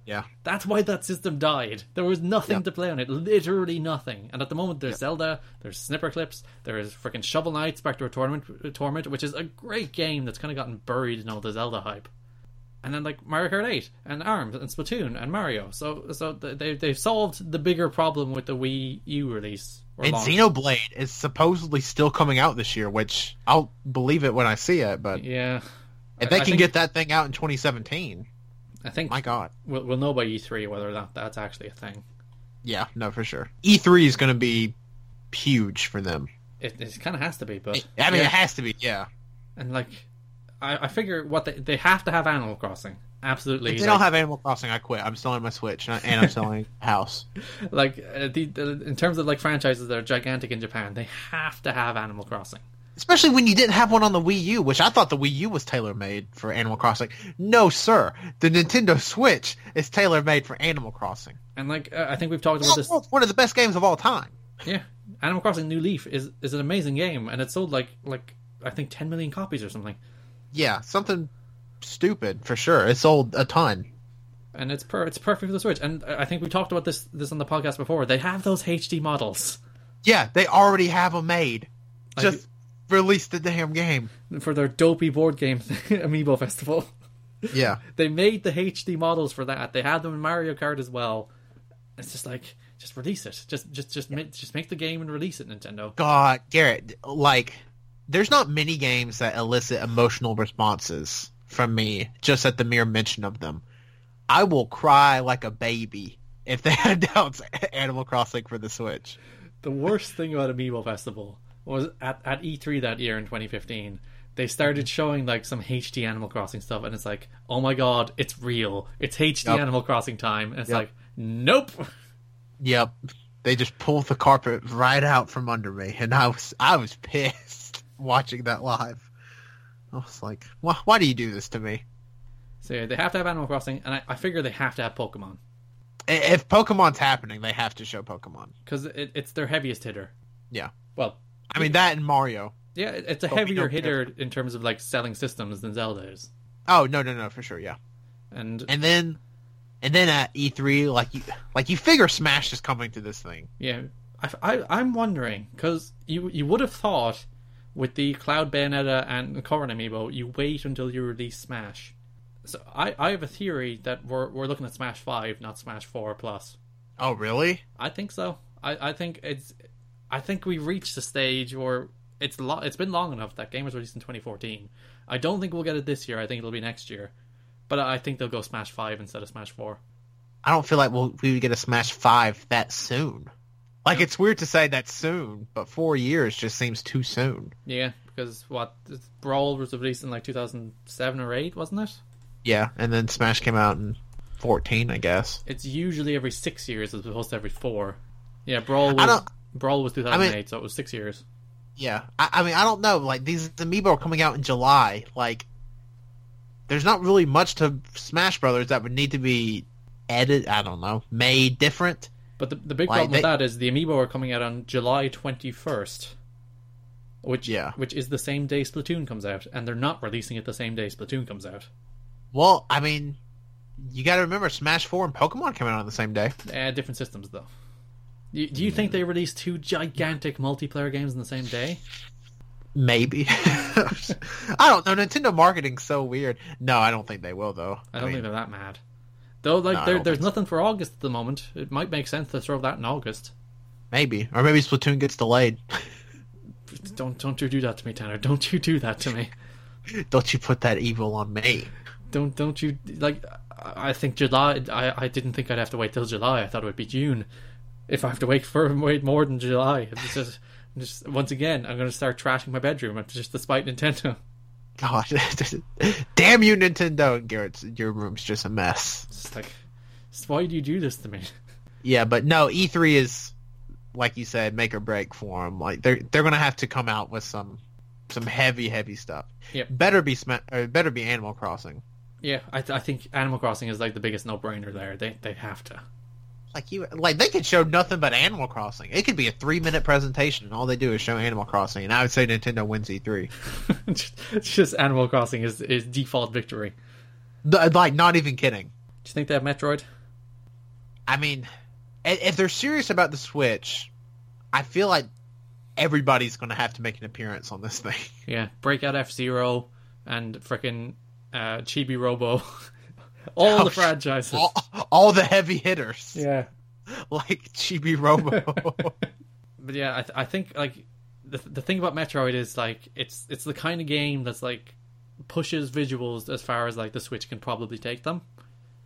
[SPEAKER 2] Yeah.
[SPEAKER 1] That's why that system died. There was nothing
[SPEAKER 2] Yep.
[SPEAKER 1] to play on it, literally nothing. And at the moment, there's Zelda, there's Snipper Clips, there is freaking Shovel Knight, Spectre of Torment, Torment, which is a great game that's kind of gotten buried in all the Zelda hype. And then like Mario Kart 8 and Arms and Splatoon and Mario. So so th- they they've solved the bigger problem with the Wii U release. Or
[SPEAKER 2] And
[SPEAKER 1] launch.
[SPEAKER 2] Xenoblade is supposedly still coming out this year, which I'll believe it when I see it. But
[SPEAKER 1] Yeah,
[SPEAKER 2] if they
[SPEAKER 1] I
[SPEAKER 2] can
[SPEAKER 1] think-
[SPEAKER 2] get that thing out in 2017,
[SPEAKER 1] I think
[SPEAKER 2] my God.
[SPEAKER 1] we'll, we'll know by E3 whether or not that's actually a thing.
[SPEAKER 2] Yeah, no, for sure. E3 is going to be huge for them.
[SPEAKER 1] It, it kind of has to be, but
[SPEAKER 2] I mean,
[SPEAKER 1] Yeah.
[SPEAKER 2] it has to be. Yeah.
[SPEAKER 1] and like I, I figure what they they have to have Animal Crossing. Absolutely,
[SPEAKER 2] If they
[SPEAKER 1] like,
[SPEAKER 2] don't have Animal Crossing, I quit. I'm selling my Switch and I- and I'm selling a house.
[SPEAKER 1] like uh, the, the in terms of like franchises that are gigantic in Japan, they have to have Animal Crossing.
[SPEAKER 2] Especially when you didn't have one on the Wii U, which I thought the Wii U was tailor made for Animal Crossing. No, sir. The Nintendo Switch is tailor made for Animal Crossing.
[SPEAKER 1] And like uh, I think we've talked about this.
[SPEAKER 2] It's one of the best games of all time.
[SPEAKER 1] Yeah, Animal Crossing New Leaf is is an amazing game, and it sold like like I think 10 million copies or something,
[SPEAKER 2] Yeah, something stupid for sure. It sold a ton.
[SPEAKER 1] and it's per it's perfect for the Switch. And uh, I I think we talked about this this on the podcast before. They have those HD models.
[SPEAKER 2] Yeah, they already have them made.
[SPEAKER 1] I-
[SPEAKER 2] Just release the damn game.
[SPEAKER 1] for their dopey board game (laughs) amiibo festival.
[SPEAKER 2] Yeah.
[SPEAKER 1] They made the HD models for that. They had them in Mario Kart as well. It's just like just release it. Just just just make, just make the game and release it Nintendo.
[SPEAKER 2] God, Garrett, like, there's not many games that elicit emotional responses from me just at the mere mention of them. I will cry like a baby if they (laughs) announce Animal Crossing for the Switch.
[SPEAKER 1] The worst thing about Amiibo Festival was at at E3 that year in 2015. They started showing like some HD Animal Crossing stuff and it's like, "Oh my god, it's real. It's HD
[SPEAKER 2] Yep.
[SPEAKER 1] Animal Crossing time." And it's
[SPEAKER 2] Yep.
[SPEAKER 1] like, "Nope."
[SPEAKER 2] Yep, they just pulled the carpet right out from under me, and I was I was pissed (laughs) watching that live. I was like, why, why do you do this to me?
[SPEAKER 1] So yeah, they have to have Animal Crossing and I, I figure they have to have Pokemon
[SPEAKER 2] I- If Pokemon's happening, they have to show Pokemon.
[SPEAKER 1] cuz it, it's their heaviest hitter.
[SPEAKER 2] Yeah.
[SPEAKER 1] Well,
[SPEAKER 2] I mean that and Mario.
[SPEAKER 1] Yeah, it- it's a
[SPEAKER 2] But we
[SPEAKER 1] heavier
[SPEAKER 2] don't care.
[SPEAKER 1] hitter in terms of like selling systems than Zelda is.
[SPEAKER 2] Oh no no no for sure yeah.
[SPEAKER 1] And
[SPEAKER 2] And then and then at E3 like you like you figure Smash is coming to this thing.
[SPEAKER 1] yeah, I, I am wondering because you you would have thought with the Cloud Bayonetta and Corrin amiibo, you wait until you release Smash. So I, I have a theory that we're we're looking at Smash Five, not Smash Four Plus.
[SPEAKER 2] Oh really?
[SPEAKER 1] I think so. I, I think it's I think we reached the stage where it's lo- it's been long enough. That game was released in 2014. I don't think we'll get it this year. I think it'll be next year. But I think they'll go Smash Five instead of Smash Four.
[SPEAKER 2] I don't feel like we'll, we would get a Smash Five that soon. Like it's weird to say that soon, but four years just seems too soon.
[SPEAKER 1] Yeah, because what this Brawl was released in like 2007 or 8, wasn't it?
[SPEAKER 2] Yeah, and then Smash came out in 14, I guess.
[SPEAKER 1] It's usually every 6 years as opposed to every 4. Yeah, Brawl
[SPEAKER 2] I
[SPEAKER 1] was
[SPEAKER 2] don't-
[SPEAKER 1] Brawl was 2008, so it was 6 years.
[SPEAKER 2] Yeah, I, I mean, I don't know. Like these amiibo are coming out in July. Like, there's not really much to Smash Brothers that would need to be edit. I don't know, made different.
[SPEAKER 1] But the, the big
[SPEAKER 2] Why,
[SPEAKER 1] problem with
[SPEAKER 2] they-
[SPEAKER 1] that is the amiibo are coming out on July 21st, which
[SPEAKER 2] Yeah.
[SPEAKER 1] which is the same day Splatoon comes out, and they're not releasing it the same day Splatoon comes out.
[SPEAKER 2] Well, I mean, you got to remember Smash Four and Pokemon coming out on the same day.
[SPEAKER 1] Uh, different systems though. You, do you
[SPEAKER 2] Hmm.
[SPEAKER 1] think they released two gigantic multiplayer games on the same day?
[SPEAKER 2] Maybe. (laughs) I don't know. Nintendo marketing's so weird. No, I don't think they will though.
[SPEAKER 1] I don't
[SPEAKER 2] mean,
[SPEAKER 1] think they're that mad. Though, like,
[SPEAKER 2] No, I
[SPEAKER 1] there,
[SPEAKER 2] don't
[SPEAKER 1] there's
[SPEAKER 2] think so.
[SPEAKER 1] nothing for August at the moment. It might make sense to throw that in August.
[SPEAKER 2] maybe, or maybe Splatoon gets delayed. (laughs)
[SPEAKER 1] Don't, don't you do that to me, Tanner? Don't you do that to me?
[SPEAKER 2] don't you put that evil on me?
[SPEAKER 1] Don't, don't you like? I I think July. I, I didn't think I'd have to wait till July. I thought it would be June. If I have to wait for wait more than July, it's just, I'm just once again, I'm going to start trashing my bedroom just despite Nintendo. (laughs)
[SPEAKER 2] God, (laughs) damn you, Nintendo! And Garrett's your room's just a mess.
[SPEAKER 1] It's just like, just why do you do this to me? (laughs)
[SPEAKER 2] Yeah, but no, E3 is like you said, make or break for them. Like they're they're gonna have to come out with some some heavy, heavy stuff.
[SPEAKER 1] Yep.
[SPEAKER 2] Better be Sma- or better be Animal Crossing.
[SPEAKER 1] Yeah, I, th- I think Animal Crossing is like the biggest no-brainer there. They they have to.
[SPEAKER 2] Like you, like they could show nothing but Animal Crossing. It could be a three minute presentation, and all they do is show Animal Crossing. And I would say Nintendo wins E E3.
[SPEAKER 1] (laughs) it's just Animal Crossing is is default victory.
[SPEAKER 2] Th- Like not even kidding.
[SPEAKER 1] you think they have Metroid?
[SPEAKER 2] I mean, i- if they're serious about the Switch, I feel like everybody's going to have to make an appearance on this thing. (laughs)
[SPEAKER 1] Yeah, Breakout F Zero and freaking uh, Chibi Robo, (laughs) all
[SPEAKER 2] Oh,
[SPEAKER 1] the franchises.
[SPEAKER 2] All, all the heavy hitters,
[SPEAKER 1] Yeah,
[SPEAKER 2] like Chibi Robo. (laughs)
[SPEAKER 1] but yeah, I, th- I think like the the thing about Metroid is like it's it's the kind of game that's like pushes visuals as far as like the Switch can probably take them.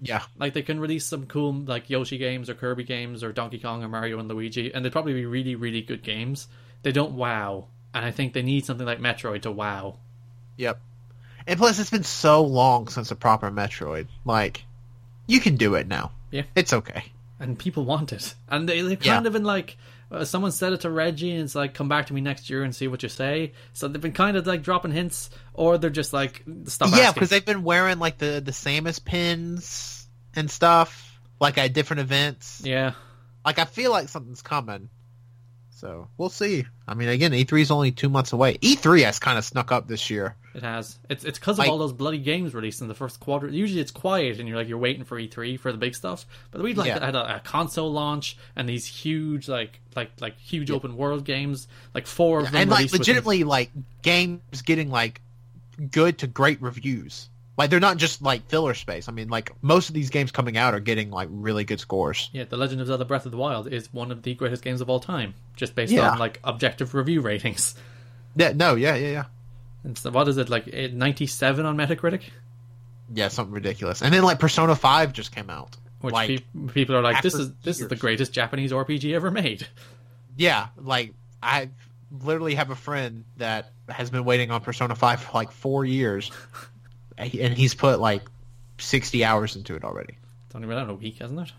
[SPEAKER 2] yeah,
[SPEAKER 1] Like they can release some cool like Yoshi games or Kirby games or Donkey Kong or Mario and Luigi, and they'd probably be really really good games. They don't wow, and I think they need something like Metroid to wow.
[SPEAKER 2] yep. And plus, it's been so long since a proper Metroid. Like, you can do it now.
[SPEAKER 1] Yeah.
[SPEAKER 2] it's okay.
[SPEAKER 1] and people want it. And they, they've
[SPEAKER 2] Yeah.
[SPEAKER 1] kind of been like, uh, someone said it to Reggie, and it's like, come back to me next year and see what you say. So they've been kind of like dropping hints, or they're just like, stop
[SPEAKER 2] yeah,
[SPEAKER 1] asking.
[SPEAKER 2] because they've been wearing like the the Samus pins and stuff, like at different events.
[SPEAKER 1] yeah,
[SPEAKER 2] Like I feel like something's coming. So we'll see. I mean, again, E3 is only two months away. E3 has kind of snuck up this year.
[SPEAKER 1] it has. It's it's because of
[SPEAKER 2] Like-
[SPEAKER 1] all those bloody games released in the first quarter. Usually it's quiet, and you're like you're waiting for E3 for the big stuff. But we'd like
[SPEAKER 2] Yeah.
[SPEAKER 1] had a, a console launch and these huge like like like huge open world games, like four of them,
[SPEAKER 2] and like
[SPEAKER 1] released within-
[SPEAKER 2] legitimately, like games getting like good to great reviews. Like they're not just like filler space. I mean, like most of these games coming out are getting like really good scores.
[SPEAKER 1] Yeah, The Legend of Zelda: Breath of the Wild is one of the greatest games of all time, just based
[SPEAKER 2] Yeah.
[SPEAKER 1] on like objective review ratings.
[SPEAKER 2] Yeah, no, yeah, yeah, yeah,
[SPEAKER 1] And so what is it like eh, 97 on Metacritic,
[SPEAKER 2] yeah, something ridiculous. And then like Persona Five just came out.
[SPEAKER 1] which
[SPEAKER 2] like,
[SPEAKER 1] peop people are like, this
[SPEAKER 2] after
[SPEAKER 1] is this is the
[SPEAKER 2] years.
[SPEAKER 1] greatest Japanese RPG ever made.
[SPEAKER 2] yeah, like I literally have a friend that has been waiting on Persona Five for like four years, (laughs) and he- and he's put like sixty hours into it already.
[SPEAKER 1] It's only been out a week, hasn't it?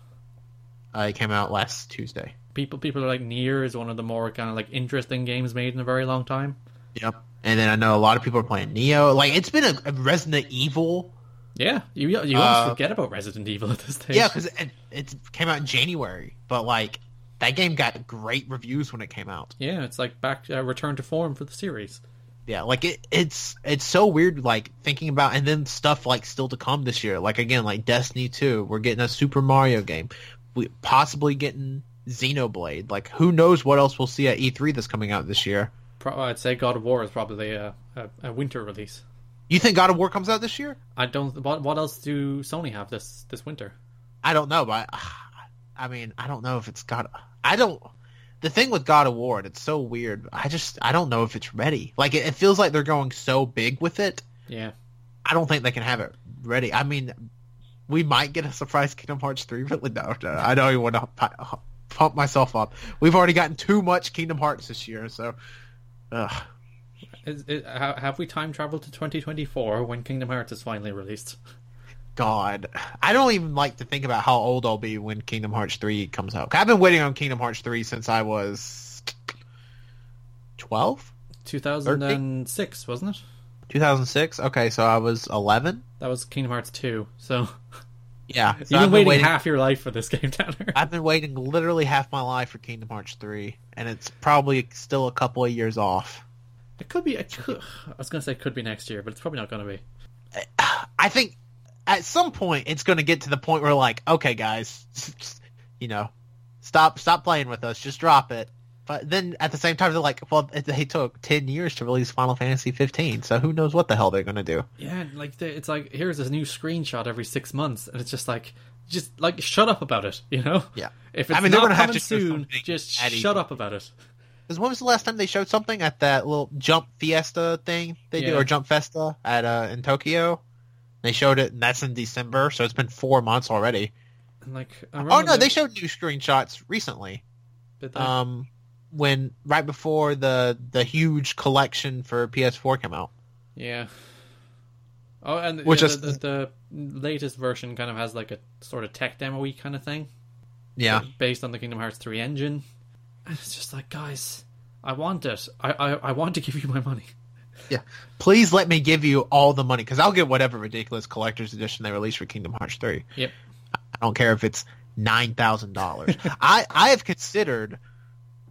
[SPEAKER 2] Uh, it came out last Tuesday.
[SPEAKER 1] People people are like, Nier is one of the more kind of like interesting games made in a very long time.
[SPEAKER 2] Yep. And then I know a lot of people are playing Neo. Like it's been a, a Resident Evil.
[SPEAKER 1] Yeah, you you almost
[SPEAKER 2] Uh,
[SPEAKER 1] forget about Resident Evil at this stage.
[SPEAKER 2] Yeah, because it, it came out in January, but like that game got great reviews when it came out.
[SPEAKER 1] yeah, it's like back uh, return to form for the series.
[SPEAKER 2] Yeah, like it, it's it's so weird, like thinking about and then stuff like still to come this year. Like again, like Destiny Two, we're getting a Super Mario game, we possibly getting Xenoblade. Like who knows what else we'll see at E3 that's coming out this year?
[SPEAKER 1] Pro- I'd say God of War is probably a, a, a winter release.
[SPEAKER 2] You think God of War comes out this year?
[SPEAKER 1] I don't. What what else do Sony have this this winter?
[SPEAKER 2] I (sighs) don't know, but I mean, I don't know if it's God. I don't. The thing with God of War, it's so weird. I just I don't know if it's ready. Like it, it feels like they're going so big with it.
[SPEAKER 1] Yeah,
[SPEAKER 2] I don't think they can have it ready. I mean, we might get a surprise Kingdom Hearts three, but no, no, I don't even want to pu- pump myself up. We've already gotten too much Kingdom Hearts this year, so. Ugh.
[SPEAKER 1] is, is, ha- have we time traveled to 2024 when Kingdom Hearts is finally released?
[SPEAKER 2] God, I don't even like to think about how old I'll be when Kingdom Hearts three comes out. I've been waiting on Kingdom Hearts three since I was twelve,
[SPEAKER 1] 2006, wasn't it?
[SPEAKER 2] two thousand six. Okay, so I was eleven.
[SPEAKER 1] That was Kingdom Hearts 2. (laughs) So,
[SPEAKER 2] Yeah, so
[SPEAKER 1] you've
[SPEAKER 2] I've
[SPEAKER 1] been waiting,
[SPEAKER 2] waiting.
[SPEAKER 1] half your life for this game, Tanner.
[SPEAKER 2] I've been waiting literally half my life for Kingdom Hearts three, and it's probably still a couple of years off.
[SPEAKER 1] It could be. It could, I was going to say it could be next year, but it's probably not going to be.
[SPEAKER 2] I think at some point it's going to get to the point where like, okay, guys, (laughs) you know, stop stop playing with us, just drop it. But then at the same time they're like, well, it- they took ten years to release Final Fantasy 15, so who knows what the hell they're going to do?
[SPEAKER 1] Yeah, and, like the- it's like here's this new screenshot every six months, and it's just like, just like shut up about it, you know?
[SPEAKER 2] Yeah.
[SPEAKER 1] If it's
[SPEAKER 2] I mean, they're
[SPEAKER 1] not
[SPEAKER 2] gonna have
[SPEAKER 1] coming
[SPEAKER 2] to do
[SPEAKER 1] soon,
[SPEAKER 2] something
[SPEAKER 1] just
[SPEAKER 2] at E3.
[SPEAKER 1] shut up about it.
[SPEAKER 2] Because when was the last time they showed something at that little Jump Fiesta thing they
[SPEAKER 1] Yeah.
[SPEAKER 2] do or Jump Festa at uh, in Tokyo? They showed it, and that's in December, so it's been four months already.
[SPEAKER 1] And like, I
[SPEAKER 2] Oh
[SPEAKER 1] remember
[SPEAKER 2] no, they
[SPEAKER 1] that-
[SPEAKER 2] showed new screenshots recently.
[SPEAKER 1] but that-
[SPEAKER 2] um when right before the the huge collection for PS4 came out.
[SPEAKER 1] yeah. Oh, and
[SPEAKER 2] Which
[SPEAKER 1] yeah,
[SPEAKER 2] is-
[SPEAKER 1] the, the, the latest version kind of has like a sort of tech demo kind of thing.
[SPEAKER 2] Yeah.
[SPEAKER 1] based on the Kingdom Hearts 3 engine. And it's just like, guys, I want it. I, I, I want to give you my money.
[SPEAKER 2] Yeah. Please let me give you all the money cuz I'll get whatever ridiculous collector's edition they release for Kingdom Hearts 3.
[SPEAKER 1] Yep.
[SPEAKER 2] I don't care if it's $9,000. (laughs) I I have considered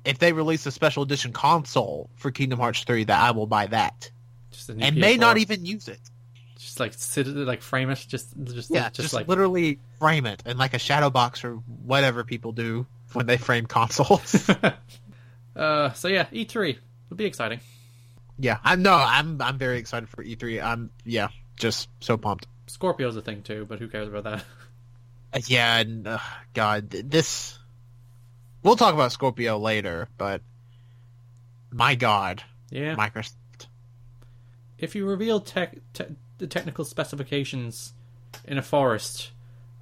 [SPEAKER 2] if they release a special edition console for Kingdom Hearts 3 that I will buy that
[SPEAKER 1] Just a new
[SPEAKER 2] and may
[SPEAKER 1] PS4.
[SPEAKER 2] not even use it.
[SPEAKER 1] Just like sit, like frame it. Just, just,
[SPEAKER 2] Yeah,
[SPEAKER 1] just,
[SPEAKER 2] just,
[SPEAKER 1] like
[SPEAKER 2] literally frame it in like a shadow box or whatever people do when they frame consoles.
[SPEAKER 1] Uh, so yeah, E3 would be exciting.
[SPEAKER 2] yeah, I know. I'm I'm very excited for E3. I'm yeah, just so pumped.
[SPEAKER 1] Scorpio's a thing too, but who cares about that? (laughs)
[SPEAKER 2] Uh, Yeah, and, uh, God, th- this. We'll talk about Scorpio later, but my God,
[SPEAKER 1] Yeah.
[SPEAKER 2] Microsoft.
[SPEAKER 1] if you reveal tech, te- the technical specifications in a forest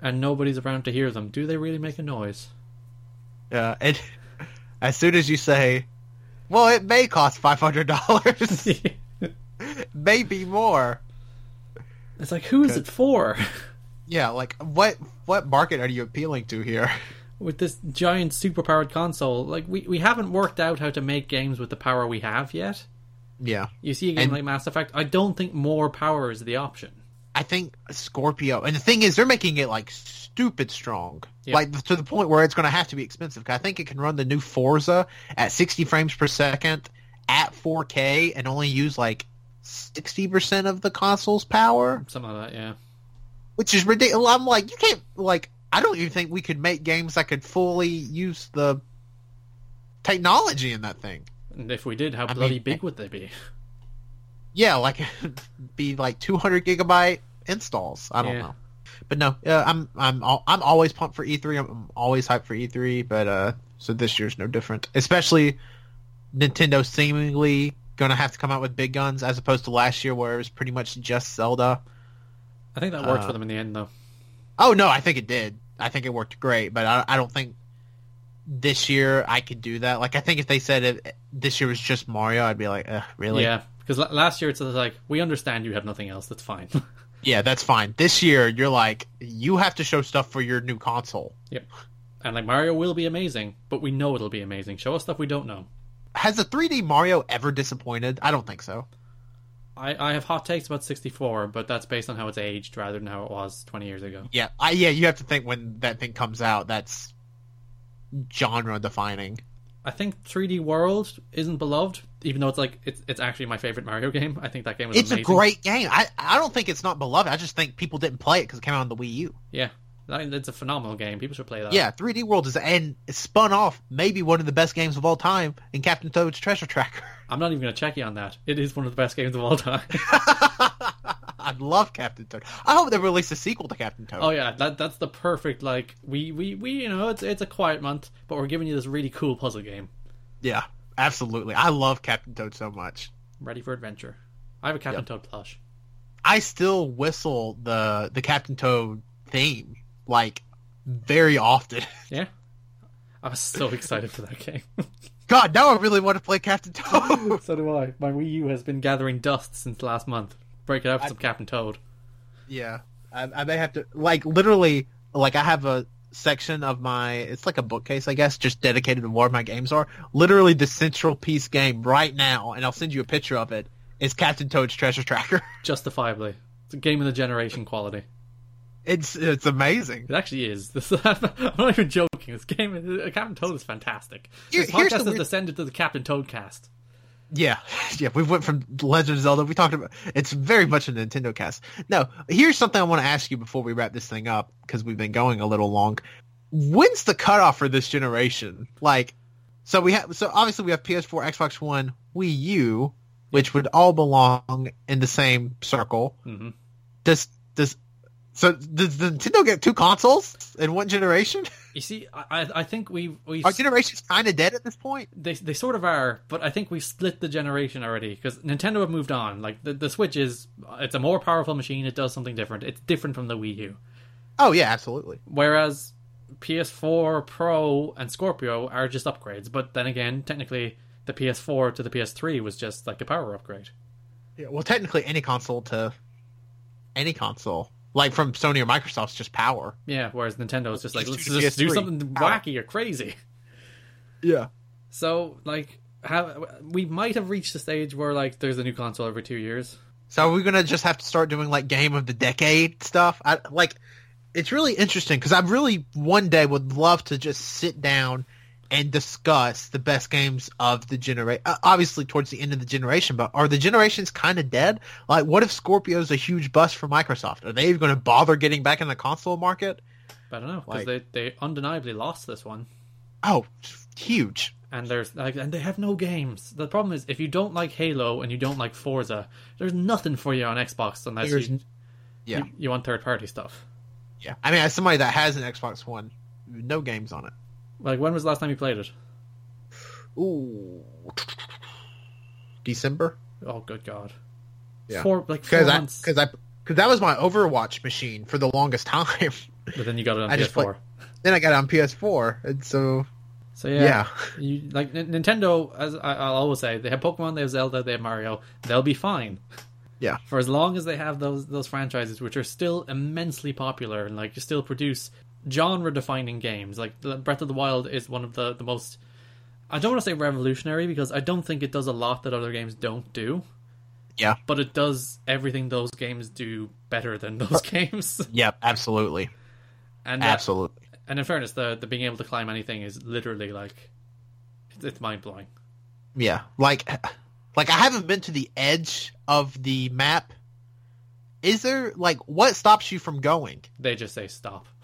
[SPEAKER 1] and nobody's around to hear them, do they really make a noise? (laughs)
[SPEAKER 2] Yeah, uh, and (laughs) as soon as you say, "Well, it may cost five hundred (laughs) dollars,
[SPEAKER 1] it's
[SPEAKER 2] maybe more."
[SPEAKER 1] like, who is it for? (laughs)
[SPEAKER 2] Yeah, like what what market are you appealing to here? (laughs)
[SPEAKER 1] with this giant superpowered console, like we, we haven't worked out how to make games with the power we have yet.
[SPEAKER 2] Yeah,
[SPEAKER 1] You see a game
[SPEAKER 2] And-
[SPEAKER 1] like Mass Effect, I don't think more power is the option.
[SPEAKER 2] I think Scorpio, and the thing is, they're making it like stupid strong,
[SPEAKER 1] Yeah.
[SPEAKER 2] like to the point where it's going to have to be expensive. 'Cause I think it can run the new Forza at sixty frames per second at four K and only use like sixty percent of the console's power,
[SPEAKER 1] Something like that, yeah.
[SPEAKER 2] which is ridiculous. I'm like, you can't like. I don't even think we could make games that could fully use the technology in that thing.
[SPEAKER 1] And if we did, how
[SPEAKER 2] I
[SPEAKER 1] bloody
[SPEAKER 2] mean-
[SPEAKER 1] big would they be?
[SPEAKER 2] yeah, like (laughs) be like 200 gigabyte installs. I don't
[SPEAKER 1] Yeah.
[SPEAKER 2] know, but no, uh, I'm I'm al- I'm always pumped for E3. I'm- I'm always hyped for E3, but uh, so this year's no different. Especially Nintendo seemingly gonna have to come out with big guns as opposed to last year where it was pretty much just Zelda.
[SPEAKER 1] I think that worked
[SPEAKER 2] Uh,
[SPEAKER 1] for them in the end, though.
[SPEAKER 2] Oh no, I think it did. I think it worked great, but I, I don't think this year I could do that. Like I think if they said it, this year was just Mario, I'd be like, Ugh, really?
[SPEAKER 1] yeah, because l- last year it's like we understand you have nothing else. That's
[SPEAKER 2] (laughs)
[SPEAKER 1] fine.
[SPEAKER 2] Yeah, that's fine. This year, you're like, you have to show stuff for your new console.
[SPEAKER 1] and like Mario will be amazing, but we know it'll be amazing. Show us stuff we don't know.
[SPEAKER 2] Has the 3D Mario ever disappointed? I don't think so.
[SPEAKER 1] I, I have hot takes about 64, but that's based on how it's aged rather than how it was 20 years ago.
[SPEAKER 2] Yeah, I, yeah, you have to think when that thing comes out, that's genre defining.
[SPEAKER 1] I think 3D World isn't beloved, even though it's like it's it's actually my favorite Mario game. I think that game is
[SPEAKER 2] It's
[SPEAKER 1] amazing.
[SPEAKER 2] a great game. I, I don't think it's not beloved. I just think people didn't play it because it came out on the Wii U.
[SPEAKER 1] yeah. I mean, it's a phenomenal game. People should play that.
[SPEAKER 2] yeah, 3D World is and it spun off maybe one of the best games of all time in Captain Toad's Treasure Tracker. (laughs)
[SPEAKER 1] I'm not even going to check you on that. It is one of the best games of all time. (laughs)
[SPEAKER 2] I love Captain Toad. I hope they release a sequel to Captain Toad.
[SPEAKER 1] oh yeah, that that's the perfect like we we we you know it's it's a quiet month, but we're giving you this really cool puzzle game.
[SPEAKER 2] Yeah, absolutely. I love Captain Toad so much.
[SPEAKER 1] Ready for adventure. I have a Captain Toad plush.
[SPEAKER 2] I still whistle the the Captain Toad theme like very often. (laughs)
[SPEAKER 1] Yeah. I was so excited for that game. (laughs)
[SPEAKER 2] God, now I really want to play Captain Toad.
[SPEAKER 1] so do I. My Wii U has been gathering dust since last month. Break it out for some Captain Toad.
[SPEAKER 2] (laughs) yeah, I, I may have to like literally like I have a section of my it's like a bookcase I guess just dedicated to where my games are. Literally the central piece game right now, and I'll send you a picture of it. Is Captain Toad's Treasure Tracker? (laughs)
[SPEAKER 1] Justifiably. It's a game of the generation quality.
[SPEAKER 2] It's it's amazing.
[SPEAKER 1] It actually is. (laughs) This, I'm not even joking. This game, is- Captain Toad is fantastic.
[SPEAKER 2] Here-
[SPEAKER 1] This
[SPEAKER 2] here's the
[SPEAKER 1] podcast has
[SPEAKER 2] weird-
[SPEAKER 1] descended to the Captain Toad cast.
[SPEAKER 2] Yeah, (laughs) yeah, we went from Legend of Zelda. We talked about it's very much a Nintendo cast. Now, here's something I want to ask you before we wrap this thing up because we've been going a little long. When's the cutoff for this generation? Like, so we have so obviously we have PS4, Xbox One, Wii U, which would all belong in the same circle.
[SPEAKER 1] hmm
[SPEAKER 2] Does does so does Nintendo get two consoles in one generation?
[SPEAKER 1] You see, I, I- I think we we
[SPEAKER 2] Our generation's kind of dead at this point.
[SPEAKER 1] they they sort of are, but I think we split the generation already because Nintendo have moved on. Like the, the Switch is, it's a more powerful machine. It does something different. It's different from the Wii U.
[SPEAKER 2] Oh yeah, absolutely.
[SPEAKER 1] Whereas PS4 Pro and Scorpio are just upgrades. But then again, technically, the PS4 to the PS3 was just like a power upgrade.
[SPEAKER 2] Yeah, well, technically, any console to any console, like from Sony or Microsoft's just power.
[SPEAKER 1] Yeah, whereas Nintendo is just like,
[SPEAKER 2] Just
[SPEAKER 1] let's
[SPEAKER 2] do the
[SPEAKER 1] just do
[SPEAKER 2] PS3.
[SPEAKER 1] something
[SPEAKER 2] Power.
[SPEAKER 1] wacky or crazy. (laughs)
[SPEAKER 2] Yeah.
[SPEAKER 1] So, like, have, we might have reached the stage where, like, there's a new console every two years.
[SPEAKER 2] So are we gonna just have to start doing like game of the decade stuff? I like, it's really interesting because I really one day would love to just sit down and discuss the best games of the generation. Obviously, towards the end of the generation, but are the generations kind of dead? Like, what if Scorpio's a huge bust for Microsoft? Are they even going to bother getting back in the console market?
[SPEAKER 1] But I don't know because
[SPEAKER 2] Like-
[SPEAKER 1] they they undeniably lost this one,
[SPEAKER 2] Oh, huge.
[SPEAKER 1] and there's like and they have no games. The problem is if you don't like Halo and you don't like Forza, there's nothing for you on Xbox unless
[SPEAKER 2] There's
[SPEAKER 1] you,
[SPEAKER 2] n- Yeah,
[SPEAKER 1] you you want third party stuff.
[SPEAKER 2] yeah. I mean, as somebody that has an Xbox One, no games on it.
[SPEAKER 1] Like when was the last time you played it?
[SPEAKER 2] Ooh, December.
[SPEAKER 1] Oh good god!
[SPEAKER 2] Yeah.
[SPEAKER 1] Four like four
[SPEAKER 2] Because I,
[SPEAKER 1] months.
[SPEAKER 2] because I, because that was my Overwatch machine for the longest (laughs) time.
[SPEAKER 1] But then you got it on
[SPEAKER 2] I
[SPEAKER 1] PS4.
[SPEAKER 2] just play- then I got it on PS4, and so
[SPEAKER 1] So
[SPEAKER 2] yeah,
[SPEAKER 1] yeah, You, like N- Nintendo, as I, I'll always say, they have Pokemon, they have Zelda, they have Mario. They'll be fine.
[SPEAKER 2] Yeah.
[SPEAKER 1] For as long as they have those those franchises, which are still immensely popular, and like you still produce genre-defining games. Like the- Breath of the Wild is one of the the most. I don't want to say revolutionary because I don't think it does a lot that other games don't do.
[SPEAKER 2] Yeah.
[SPEAKER 1] But it does everything those games do better than those games. (laughs)
[SPEAKER 2] Yep, absolutely,
[SPEAKER 1] And that-
[SPEAKER 2] absolutely.
[SPEAKER 1] and in fairness, the the being able to climb anything is literally like it's, it's mind blowing.
[SPEAKER 2] Yeah, like, like I haven't been to the edge of the map. Is there like what stops you from going?
[SPEAKER 1] They just say stop. (laughs)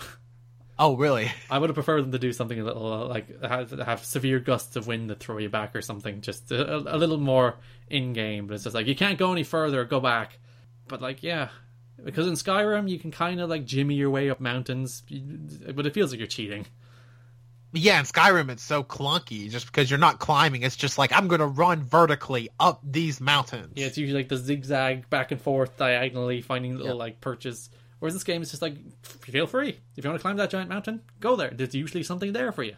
[SPEAKER 2] Oh, really?
[SPEAKER 1] I would have preferred them to do something a little uh, like have, have severe gusts of wind that throw you back or something, just a, a little more in game. But it's just like you can't go any further, go back. But like yeah, because in Skyrim you can kind of like jimmy your way up mountains, you- but it feels like you're cheating.
[SPEAKER 2] Yeah, in Skyrim it's so clunky just because you're not climbing. It's just like I'm gonna run vertically up these mountains.
[SPEAKER 1] Yeah, it's usually like the zigzag back and forth diagonally, finding little
[SPEAKER 2] Yeah.
[SPEAKER 1] like perches. Whereas this game is just like feel free. If you want to climb that giant mountain, go there. There's usually something there for you.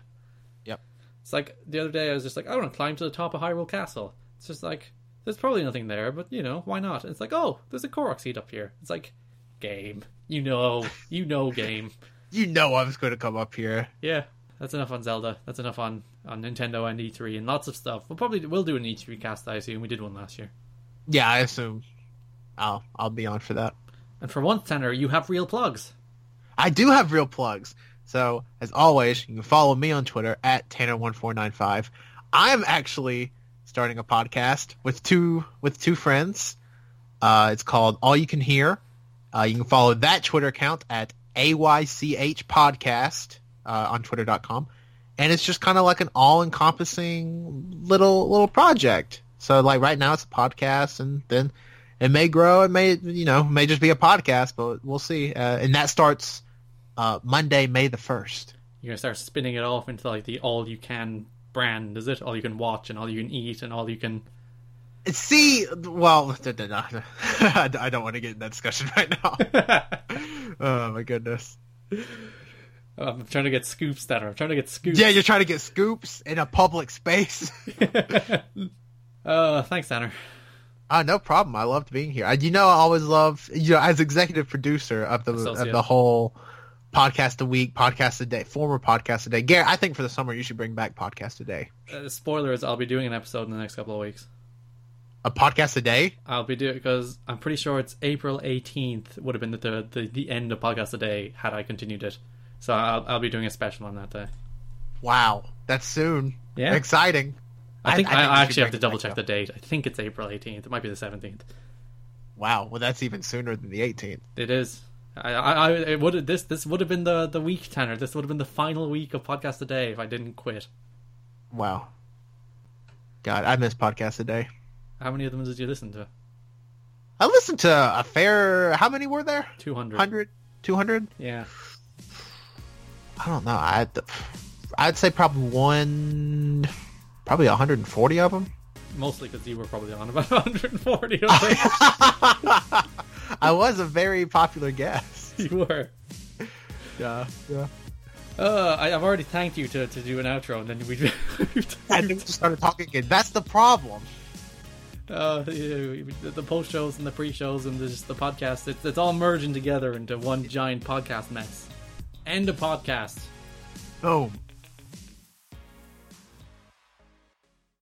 [SPEAKER 2] Yep.
[SPEAKER 1] It's like the other day I was just like, I want to climb to the top of Hyrule Castle. It's just like there's probably nothing there, but you know why not? it's like oh, there's a Korok seed up here. It's like game, you know, you know,
[SPEAKER 2] (laughs)
[SPEAKER 1] game.
[SPEAKER 2] you know I was gonna come up here.
[SPEAKER 1] Yeah, that's enough on Zelda. That's enough on on Nintendo and E3 and lots of stuff. We'll probably we'll do an E3 cast. I assume we did one last year.
[SPEAKER 2] Yeah, I assume I'll I'll be on for that.
[SPEAKER 1] And for once, Tanner, you have real plugs.
[SPEAKER 2] I do have real plugs. So as always, you can follow me on Twitter at Tanner1495. I'm actually starting a podcast with two with two friends. Uh, it's called All You Can Hear. Uh, you can follow that Twitter account at AYCH Podcast uh, on Twitter.com. And it's just kind of like an all encompassing little little project. So like right now it's a podcast and then it may grow. It may, you know, may just be a podcast, but we'll see. Uh, and that starts uh, Monday, May the 1st.
[SPEAKER 1] You're gonna start spinning it off into like the all you can brand, is it? All you can watch and all you can eat and all you can.
[SPEAKER 2] See, well, (laughs) I don't want to get in that discussion (laughs) right now. oh my goodness.
[SPEAKER 1] I'm trying to get scoops, Tanner. I'm trying to get scoops.
[SPEAKER 2] Yeah, you're trying to get scoops in a public space. (laughs)
[SPEAKER 1] (laughs) Uh, thanks, Tanner.
[SPEAKER 2] Uh, no problem. I loved being here. I, you know, I always love you know as executive producer of the
[SPEAKER 1] Associate.
[SPEAKER 2] of the whole podcast a week, podcast a day, former podcast a day. Garrett, I think for the summer you should bring back podcast a day.
[SPEAKER 1] Uh, spoiler is I'll be doing an episode in the next couple of weeks.
[SPEAKER 2] A podcast a day.
[SPEAKER 1] I'll be doing because I'm pretty sure it's April 18th would have been the the, the, the end of podcast today had I continued it. So I'll, I'll be doing a special on that day.
[SPEAKER 2] Wow, that's soon.
[SPEAKER 1] Yeah.
[SPEAKER 2] exciting.
[SPEAKER 1] I think I,
[SPEAKER 2] we
[SPEAKER 1] I actually
[SPEAKER 2] should
[SPEAKER 1] have to
[SPEAKER 2] bring it
[SPEAKER 1] double
[SPEAKER 2] back,
[SPEAKER 1] check
[SPEAKER 2] though.
[SPEAKER 1] the date. I think it's April 18th. It might be the 17th.
[SPEAKER 2] Wow, well that's even sooner than the 18th.
[SPEAKER 1] It is. I, I, I it would this this would have been the the week, Tanner. This would have been the final week of podcast today if I didn't quit.
[SPEAKER 2] Wow. God, I miss podcast a day.
[SPEAKER 1] How many of them did you listen to?
[SPEAKER 2] I listened to a fair. How many were there?
[SPEAKER 1] Two hundred.
[SPEAKER 2] 100? 200?
[SPEAKER 1] Yeah.
[SPEAKER 2] I don't know. I I'd say probably one, probably 140 of them.
[SPEAKER 1] Mostly because you were probably on about (laughs) 140 of them.
[SPEAKER 2] I was a very popular guest.
[SPEAKER 1] you were.
[SPEAKER 2] Yeah, yeah.
[SPEAKER 1] Uh, I, I've already thanked you to, to do an outro, and then (laughs) we
[SPEAKER 2] And then we just started talking again. That's the problem.
[SPEAKER 1] uh, yeah, the the post shows and the pre shows and the, just the podcast. It's it's all merging together into one giant podcast mess. End a podcast.
[SPEAKER 2] Boom.